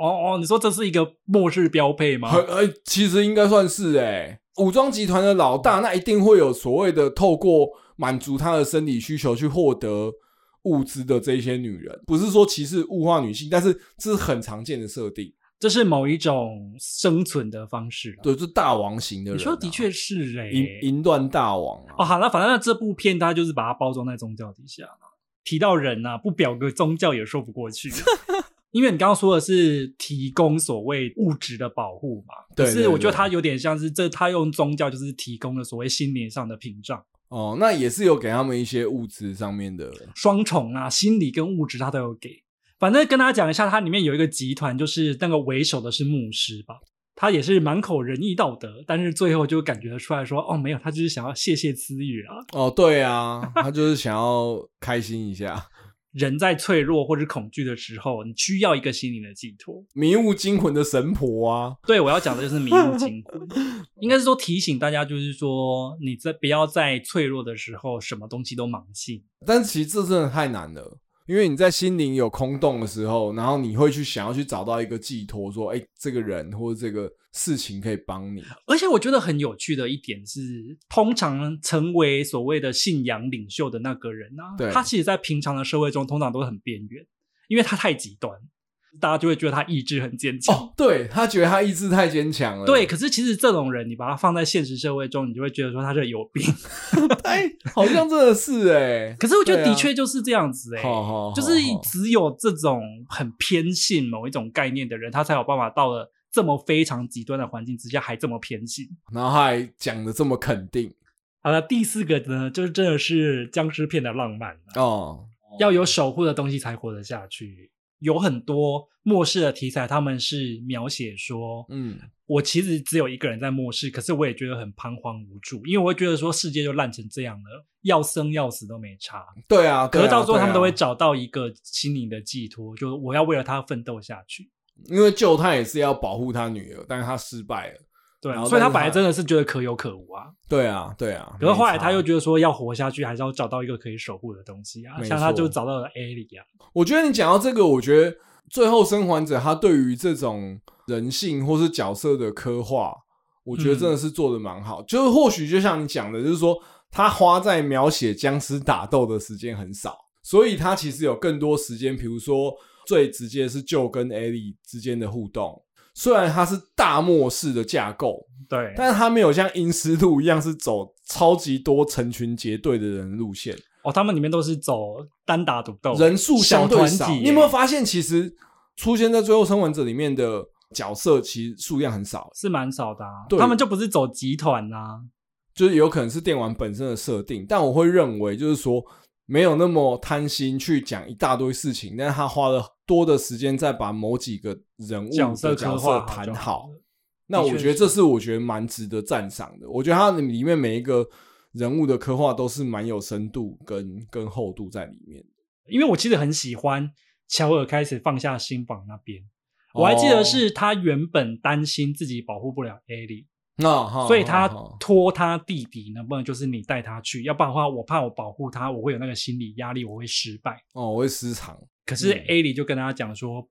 A: 哦哦，你说这是一个末日标配吗？
B: 很呃，其实应该算是哎、武装集团的老大，那一定会有所谓的透过满足他的生理需求去获得物资的这些女人，不是说歧视物化女性，但是这是很常见的设定。啊
A: 这是某一种生存的方式啦。
B: 对，就大王型的人、啊
A: 你说的，确是哎、
B: 淫淫乱大王啊，
A: 哦，好了，反正这部片它就是把它包装在宗教底下嘛提到人呐、不表个宗教也说不过 去。因为你刚刚说的是提供所谓物质的保护嘛，
B: 对
A: 可是我
B: 对对
A: 觉得它有点像是这，它用宗教就是提供了所谓心灵上的屏障，
B: 哦，那也是有给他们一些物资上面的，
A: 双重啊，心理跟物质它都有给。反正跟大家讲一下，它里面有一个集团，就是那个为首的是牧师吧，他也是满口仁义道德，但是最后就感觉得出来说，哦，没有，他就是想要泄泄私欲啊，
B: 哦，对啊，他就是想要开心一下。
A: 人在脆弱或者恐惧的时候，你需要一个心灵的寄托。
B: 迷雾惊魂的神婆啊，
A: 对我要讲的就是迷雾惊魂，应该是说提醒大家，就是说你在不要在脆弱的时候什么东西都盲信。
B: 但其实这真的太难了，因为你在心灵有空洞的时候，然后你会去想要去找到一个寄托，说，哎、这个人或者这个事情可以帮你。
A: 而且我觉得很有趣的一点是，通常成为所谓的信仰领袖的那个人啊
B: 对，
A: 他其实在平常的社会中通常都很边缘，因为他太极端，大家就会觉得他意志很坚强。
B: 哦，对他觉得他意志太坚强了，
A: 对，，可是其实这种人，你把他放在现实社会中，你就会觉得说他是有病。
B: 哎，好像真的是哎、哦
A: 可是我觉得
B: 对啊
A: 的确就是这样子哎、
B: 好好好
A: 就是只有这种很偏信某一种概念的人，他才有办法到了这么非常极端的环境之下还这么偏信。
B: 然后他还讲的这么肯定
A: 好了，第四个呢，就是真的是僵尸片的浪漫、啊，
B: 哦，
A: 要有守护的东西才活得下去。有很多末世的题材，他们是描写说，
B: 嗯，
A: 我其实只有一个人在末世，可是我也觉得很彷徨无助，因为我会觉得说世界就烂成这样了，要生要死都没差。
B: 对啊，
A: 可
B: 对啊
A: 是到最后，
B: 对啊
A: 他们都会找到一个心灵的寄托，就是我要为了他奋斗下去。
B: 因为救他也是要保护他女儿，但是他失败了。
A: 对
B: 然
A: 啊，
B: 后
A: 所以
B: 但
A: 他
B: 是
A: 本来
B: 他
A: 真的是觉得可有可无啊。
B: 对啊，对啊。
A: 可是后来
B: 没差
A: 他又觉得说要活下去，还是要找到一个可以守护的东西啊。
B: 没
A: 像他就
B: 错
A: 找到了艾莉啊，
B: 我觉得你讲到这个，我觉得《最后生还者》他对于这种人性或是角色的刻画，我觉得真的是做的蛮好。就是或许就像你讲的，就是说他花在描写僵尸打斗的时间很少，所以他其实有更多时间，比如说最直接是就跟艾莉之间的互动。虽然它是大漠式的架构，
A: 对，
B: 但是它没有像《阴尸路》一样是走超级多成群结队的人路线。
A: 哦，他们里面都是走单打独斗，
B: 人数相对
A: 哦小
B: 少。
A: 团体耶
B: 你有没有发现，其实出现在《最后生还者》里面的角色，其实数量很少，
A: 是蛮少的啊。
B: 对
A: 他们就不是走集团啊呐、
B: 就是有可能是电玩本身的设定。但我会认为，就是说没有那么贪心去讲一大堆事情，但是他花了多的时间在把某几个人物
A: 角色
B: 的
A: 刻
B: 角
A: 画
B: 色
A: 好就
B: 谈
A: 好
B: 好
A: 了。
B: 那
A: 的
B: 我
A: 确
B: 觉得
A: 是
B: 这是我觉得蛮值得赞赏的。我觉得它里面每一个人物的刻画都是蛮有深度跟跟厚度在里面。
A: 因为我其实很喜欢乔尔开始放下心房那边，
B: 哦
A: 我还记得是他原本担心自己保护不了艾莉，
B: 那、哦
A: 所以他
B: 哦
A: 托他弟弟能不能就是你带他去，要不然的话我怕我保护他，我会有那个心理压力，我会失败。
B: 哦，我会失常。
A: 可是
B: 嗯
A: A 里就跟他讲说，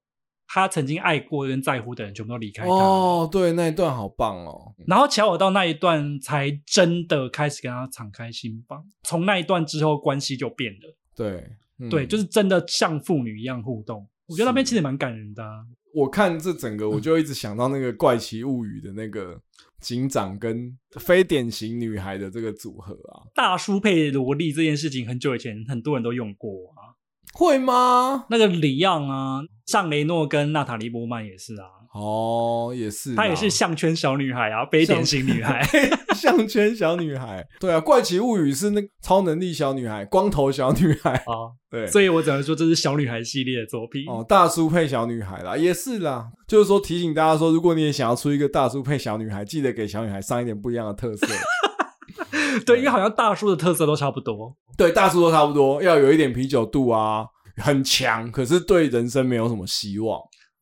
A: 他曾经爱过跟在乎的人全部都离开他。
B: 哦，对，那一段好棒哦。
A: 然后乔尔到那一段才真的开始跟他敞开心房，从那一段之后关系就变了，
B: 对，嗯
A: 对，就是真的像父女一样互动。我觉得那边
B: 是
A: 其实蛮感人的、啊，
B: 我看这整
A: 嗯
B: 个，我就一直想到那个《怪奇物语》的那个警长跟非典型女孩的这个组合啊，
A: 大叔配萝莉这件事情很久以前很多人都用过啊，
B: 会吗？
A: 那个里昂啊，尚雷诺跟娜塔莉波曼也是啊，
B: 哦，也是啦，
A: 她也是项圈小女孩啊，非典型女孩，
B: 项圈小女孩。对啊，《怪奇物语》是那个超能力小女孩、光头小女孩。
A: 啊，
B: 对，
A: 所以我只能说这是小女孩系列的作品。
B: 哦，大叔配小女孩啦，也是啦。就是说提醒大家说，如果你也想要出一个大叔配小女孩，记得给小女孩上一点不一样的特色。
A: 对，因为好像大叔的特色都差不多。
B: 对，大叔都差不多，要有一点啤酒肚啊，很强，可是对人生没有什么希望，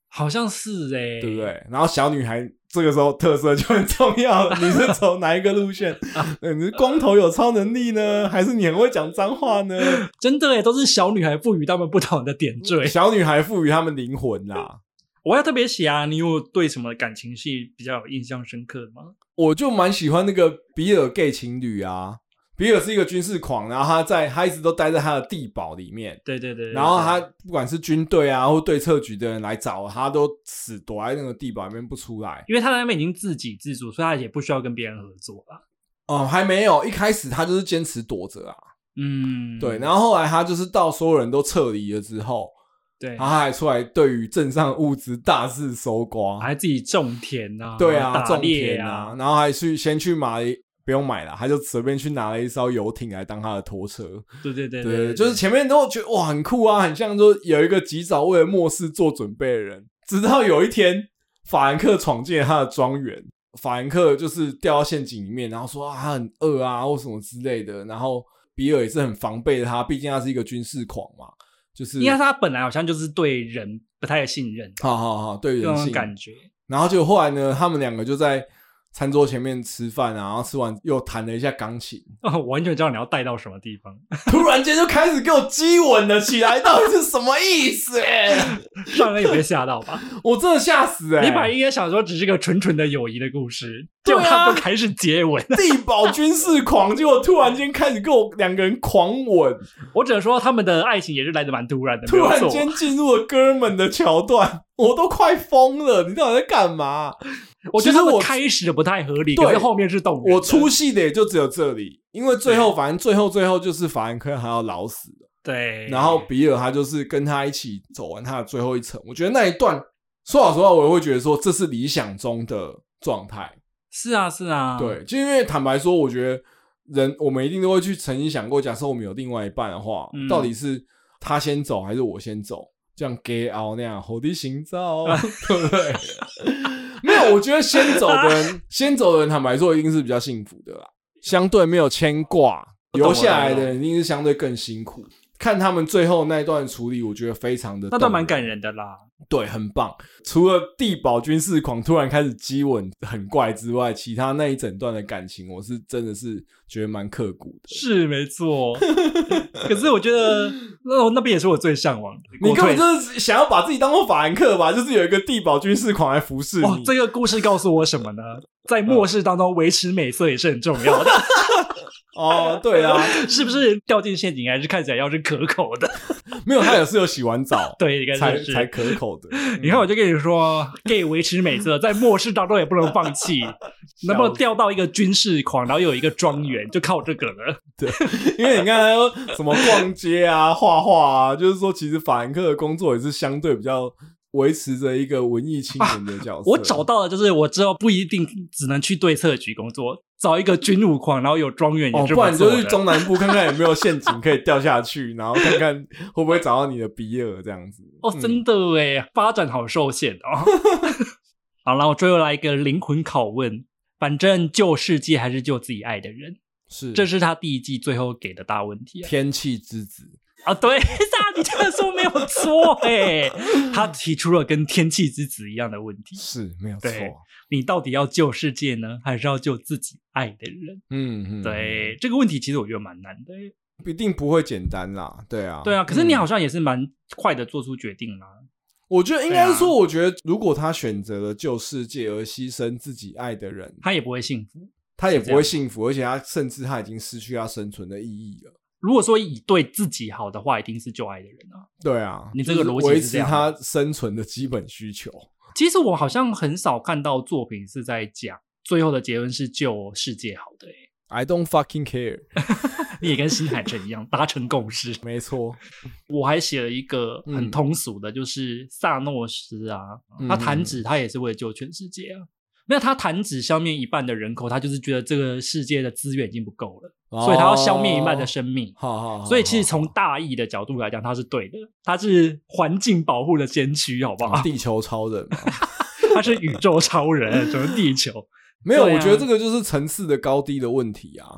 A: 好像是哎、欸，
B: 对不？对？然后小女孩这个时候特色就很重要了，你是走哪一个 路线？
A: 啊
B: 对你是光头有超能力呢，还是你很会讲脏话 呢？
A: 真的哎、欸，都是小女孩赋予他们不同的点 缀。
B: 小女孩赋予他们灵魂啊啦。
A: 我要特别写啊，你有对什么感情戏比较有印象深刻的吗？
B: 我就蛮喜欢那个比尔 gay 情侣啊，比尔是一个军事狂，然后他在他一直都待在他的地堡里面，
A: 对对对对
B: 然后
A: 对
B: 他不管是军队啊或对策局的人来找他，都死躲在那个地堡里面不出来。
A: 因为他在那边已经自给自足，所以他也不需要跟别人合作啊了。
B: 哦，还没有，一开始他就是坚持躲着啊，
A: 嗯，
B: 对，然后后来他就是到所有人都撤离了之后，
A: 对，
B: 他还出来对于镇上的物资大肆搜刮，
A: 还自己种田啊，
B: 对啊，
A: 打
B: 种
A: 猎
B: 田啊，，然后还去先去买了一，不用买了，他就随便去拿了一艘游艇来当他的拖车，
A: 对对对
B: 啊对，
A: 对，
B: 就是前面都觉得哇很酷啊，很像说有一个及早为了末世做准备的人，直到有一天法兰克闯进了他的庄园，法兰克就是掉到陷阱里面，然后说啊他很饿啊或什么之类的，然后比尔也是很防备他，毕竟他是一个军事狂嘛，就是
A: 应该是他本来好像就是对人不太信任，
B: 好好好对
A: 这
B: 人
A: 种
B: 性，
A: 感觉。
B: 然后就后来呢，他们两个就在餐桌前面吃饭啊，然后吃完又弹了一下钢琴，
A: 哦，我完全知道你要带到什么地方，
B: 突然间就开始给我激吻了起来，到底是什么意思、
A: 让人有被吓到 吧？
B: 我真的吓死哎、
A: 你本来应该想说只是个纯纯的友谊的故事，结
B: 对
A: 果
B: 啊
A: 他们开始接吻。
B: 地堡军事狂，结果突然间开始跟我两个人狂吻，
A: 我只能说他们的爱情也是来的蛮突然的，
B: 突
A: 没
B: 然
A: 有错
B: 间进入了哥们的桥段，我都快疯了！你到底在干嘛？
A: 我觉得他
B: 其实
A: 们
B: 我
A: 开始的不太合理，
B: 对
A: 可是后面是动人的。
B: 我出戏的也就只有这里，因为最后反正最后最后就是法兰克还要老死了，
A: 对，
B: 然后比尔他就是跟他一起走完他的最后一程。我觉得那一段，说老实话，我会觉得说这是理想中的状态。
A: 是啊是啊，
B: 对，就因为坦白说，我觉得人我们一定都会去曾经想过，假设我们有另外一半的话，
A: 嗯
B: 到底是他先走还是我先走？这样 gay 熬那样猴的 行照，对不对？没有，我觉得先走 的人，先走的人，坦白说，一定是比较幸福的啦。相对没有牵挂，
C: 我懂
B: 留下
C: 我
B: 来
C: 懂
B: 的人一定是相对更辛苦。看他们最后那一段处理，我觉得非常的
A: 那段蛮感人的啦。
B: 对，很棒。除了地保军事狂突然开始激吻很怪之外，其他那一整段的感情，我是真的是觉得蛮刻骨的。
A: 是没 错，可是我觉得那那边也是我最向往的。
B: 你根本
A: 国
B: 就是想要把自己当做法兰克吧？就是有一个地保军事狂来服侍
A: 退哇
B: 你，，嗯
A: 这个故事告诉我什么呢？在末世当中，维持美色也是很重要的。
B: 哦，对啊，
A: 是不是掉进陷阱还是看起来要是可口的？
B: 没有，他也是有洗完澡
A: 对，应该
B: 才
A: 是
B: 才可 口的。
A: 你看，我就跟你说，gay 维持美色，在末世当中也不能放 弃，能不能掉到一个军事狂，然后有一个庄园，就靠这个了。
B: 嗯因为你看还有什么逛街啊、画画啊，就是说，其实法兰克的工作也是相对比较维持着一个文艺青年的角色。
A: 啊我找到了，就是我之后不一定只能去对策局工作，找一个军务狂，然后有庄园
B: 哦
A: 也，是
B: 不然
A: 不
B: 你
A: 错
B: 就
A: 的。
B: 去中南部看看有没有陷阱可以掉下去，然后看看会不会找到你的比尔这样子。
A: 哦，真的哎，发展好受限 哦。好了，我最后来一个灵魂拷问，反正救世界还是救自己爱的人，
B: 是
A: 这是他第一季最后给的大问题啊。
B: 天气之子，
A: 啊，对， 是啊，你这个说没有错哎、他提出了跟天气之子一样的问题：
B: 是没有错
A: 对。你到底要救世界呢，还是要救自己爱的人？
B: 嗯嗯，
A: 对，这个问题其实我觉得蛮难的、欸。
B: 嗯，一定不会简单啦。对啊，
A: 对啊，可是你
B: 嗯
A: 好像也是蛮快的做出决定啦、
B: 我觉得应
A: 对
B: 该
A: 啊
B: 是说，我觉得如果他选择了救世界而牺牲自己爱的人，
A: 他也不会幸福。
B: 他也
A: 是这
B: 不会
A: 样
B: 幸福，而且他甚至他已经失去他生存的意义了。
A: 如果说以对自己好的话，一定是救爱的人啊。
B: 对啊，
A: 你这个
B: 就是
A: 逻辑
B: 维
A: 是
B: 持
A: 这样
B: 他生存的基本需求。
A: 其实我好像很少看到作品是在讲最后的结论是救世界好的、欸。
B: I don't fucking care，
A: 你也跟新海诚一样达成共识。
B: 没错，
A: 我还写了一个
B: 嗯
A: 很通俗的，就是萨诺斯啊，
B: 嗯
A: 他弹指他也是为了救全世界啊。那他弹指消灭一半的人口，他就是觉得这个世界的资源已经不够了，
B: 嗯
A: 所以他要消灭一
B: 哦
A: 半的生命。
B: 好好好，
A: 所以其实
B: 好
A: 从大义的角度来讲，他是对的，他是环境保护的先驱，好不好？
B: 地球超人啊嘛
A: 他是宇宙超人，什么地球？
B: 没有，
A: 对啊
B: 我觉得这个就是层次的高低的问题啊。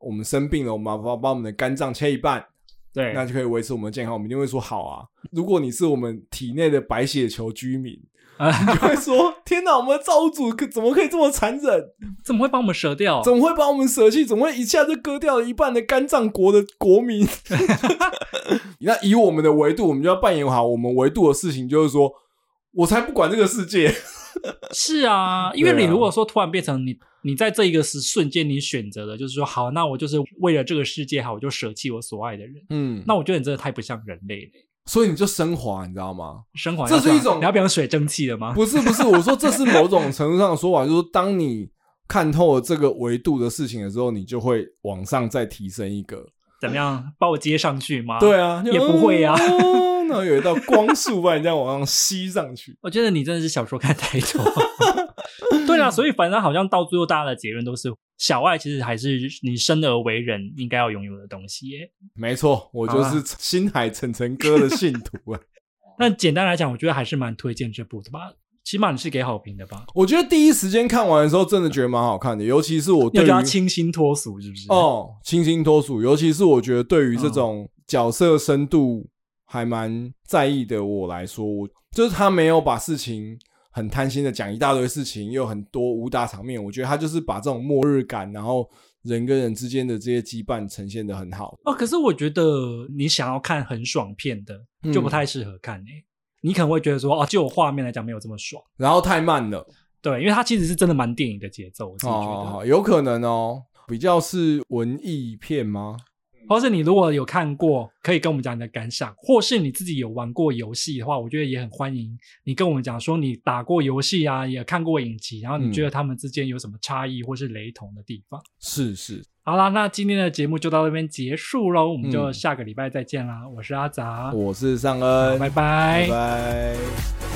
B: 我们生病了，我们把把我们的肝脏切一半，
A: 对，
B: 那就可以维持我们的健康。我们一定会说好啊。如果你是我们体内的白血球居 民，
A: 啊，
B: 你就会说：天哪，我们的造物主可怎么可以这么残忍？
A: 怎么会把我们舍掉？
B: 怎么会把我们舍弃？怎么会一下就割掉了一半的肝脏国的国民？ 那以我们的维度，我们就要扮演好我们维度的事情，就是说，我才不管这个世界。
A: 是啊，因为
B: 对
A: 你
B: 啊
A: 如果说突然变成你，你在这一个时瞬间，你选择了就是说，好，那我就是为了这个世界好，我就舍弃我所爱的人。
B: 嗯，
A: 那我觉得你真的太不像人类了。
B: 所以你就升华，你知道吗？
A: 生活
B: 这是
A: 要
B: 一种
A: 你要变成水蒸气了吗？
B: 不是不是，我说这是某种程度上的说法，就是说当你看透了这个维度的事情的时候，你就会往上再提升一个。
A: 怎么样，把我接上去吗？
B: 对，啊，就
A: 也不会啊
B: 嗯然后有一道光束把你这样往上吸上去。
A: 我觉得你真的是小说看太多。 对啊，所以反正好像到最后大家的结论都是，小爱其实还是你生而为人应该要拥有的东西耶。
B: 没错，我就
A: 好
B: 是新海诚诚哥的信徒啊。
A: 那简单来讲，我觉得还是蛮推荐这部的吧，起码你是给好评的吧？
B: 我觉得第一时间看完的时候，真的觉得蛮好看的，尤其是我
A: 要
B: 对
A: 叫他
B: 于
A: 清新脱俗是不是？
B: 哦清新脱俗，尤其是我觉得对于这
A: 嗯
B: 种角色深度还蛮在意的我来说，我就是他没有把事情很贪心的讲一大堆事情，又很多武打场面，我觉得他就是把这种末日感，然后人跟人之间的这些羁绊呈现的很好。
A: 哦，可是我觉得你想要看很爽片的，就不太适合看诶、你可能会觉得说，哦，就我画面来讲没有这么爽，
B: 然后太慢了，
A: 对，因为它其实是真的蛮电影的节奏，我自己觉得。
B: 哦，有可能哦，比较是文艺片吗？
A: 或是你如果有看过，可以跟我们讲你的感想，或是你自己有玩过游戏的话，我觉得也很欢迎你跟我们讲说你打过游戏啊，也看过影集，然后你觉得他们之间有什么差异或是雷同的地方。
B: 是是，
A: 好啦，那今天的节目就到这边结束喽，我们就
B: 嗯
A: 啊下个礼拜再见啦。我是阿杂，
B: 我是尚恩，
A: 拜
B: 拜拜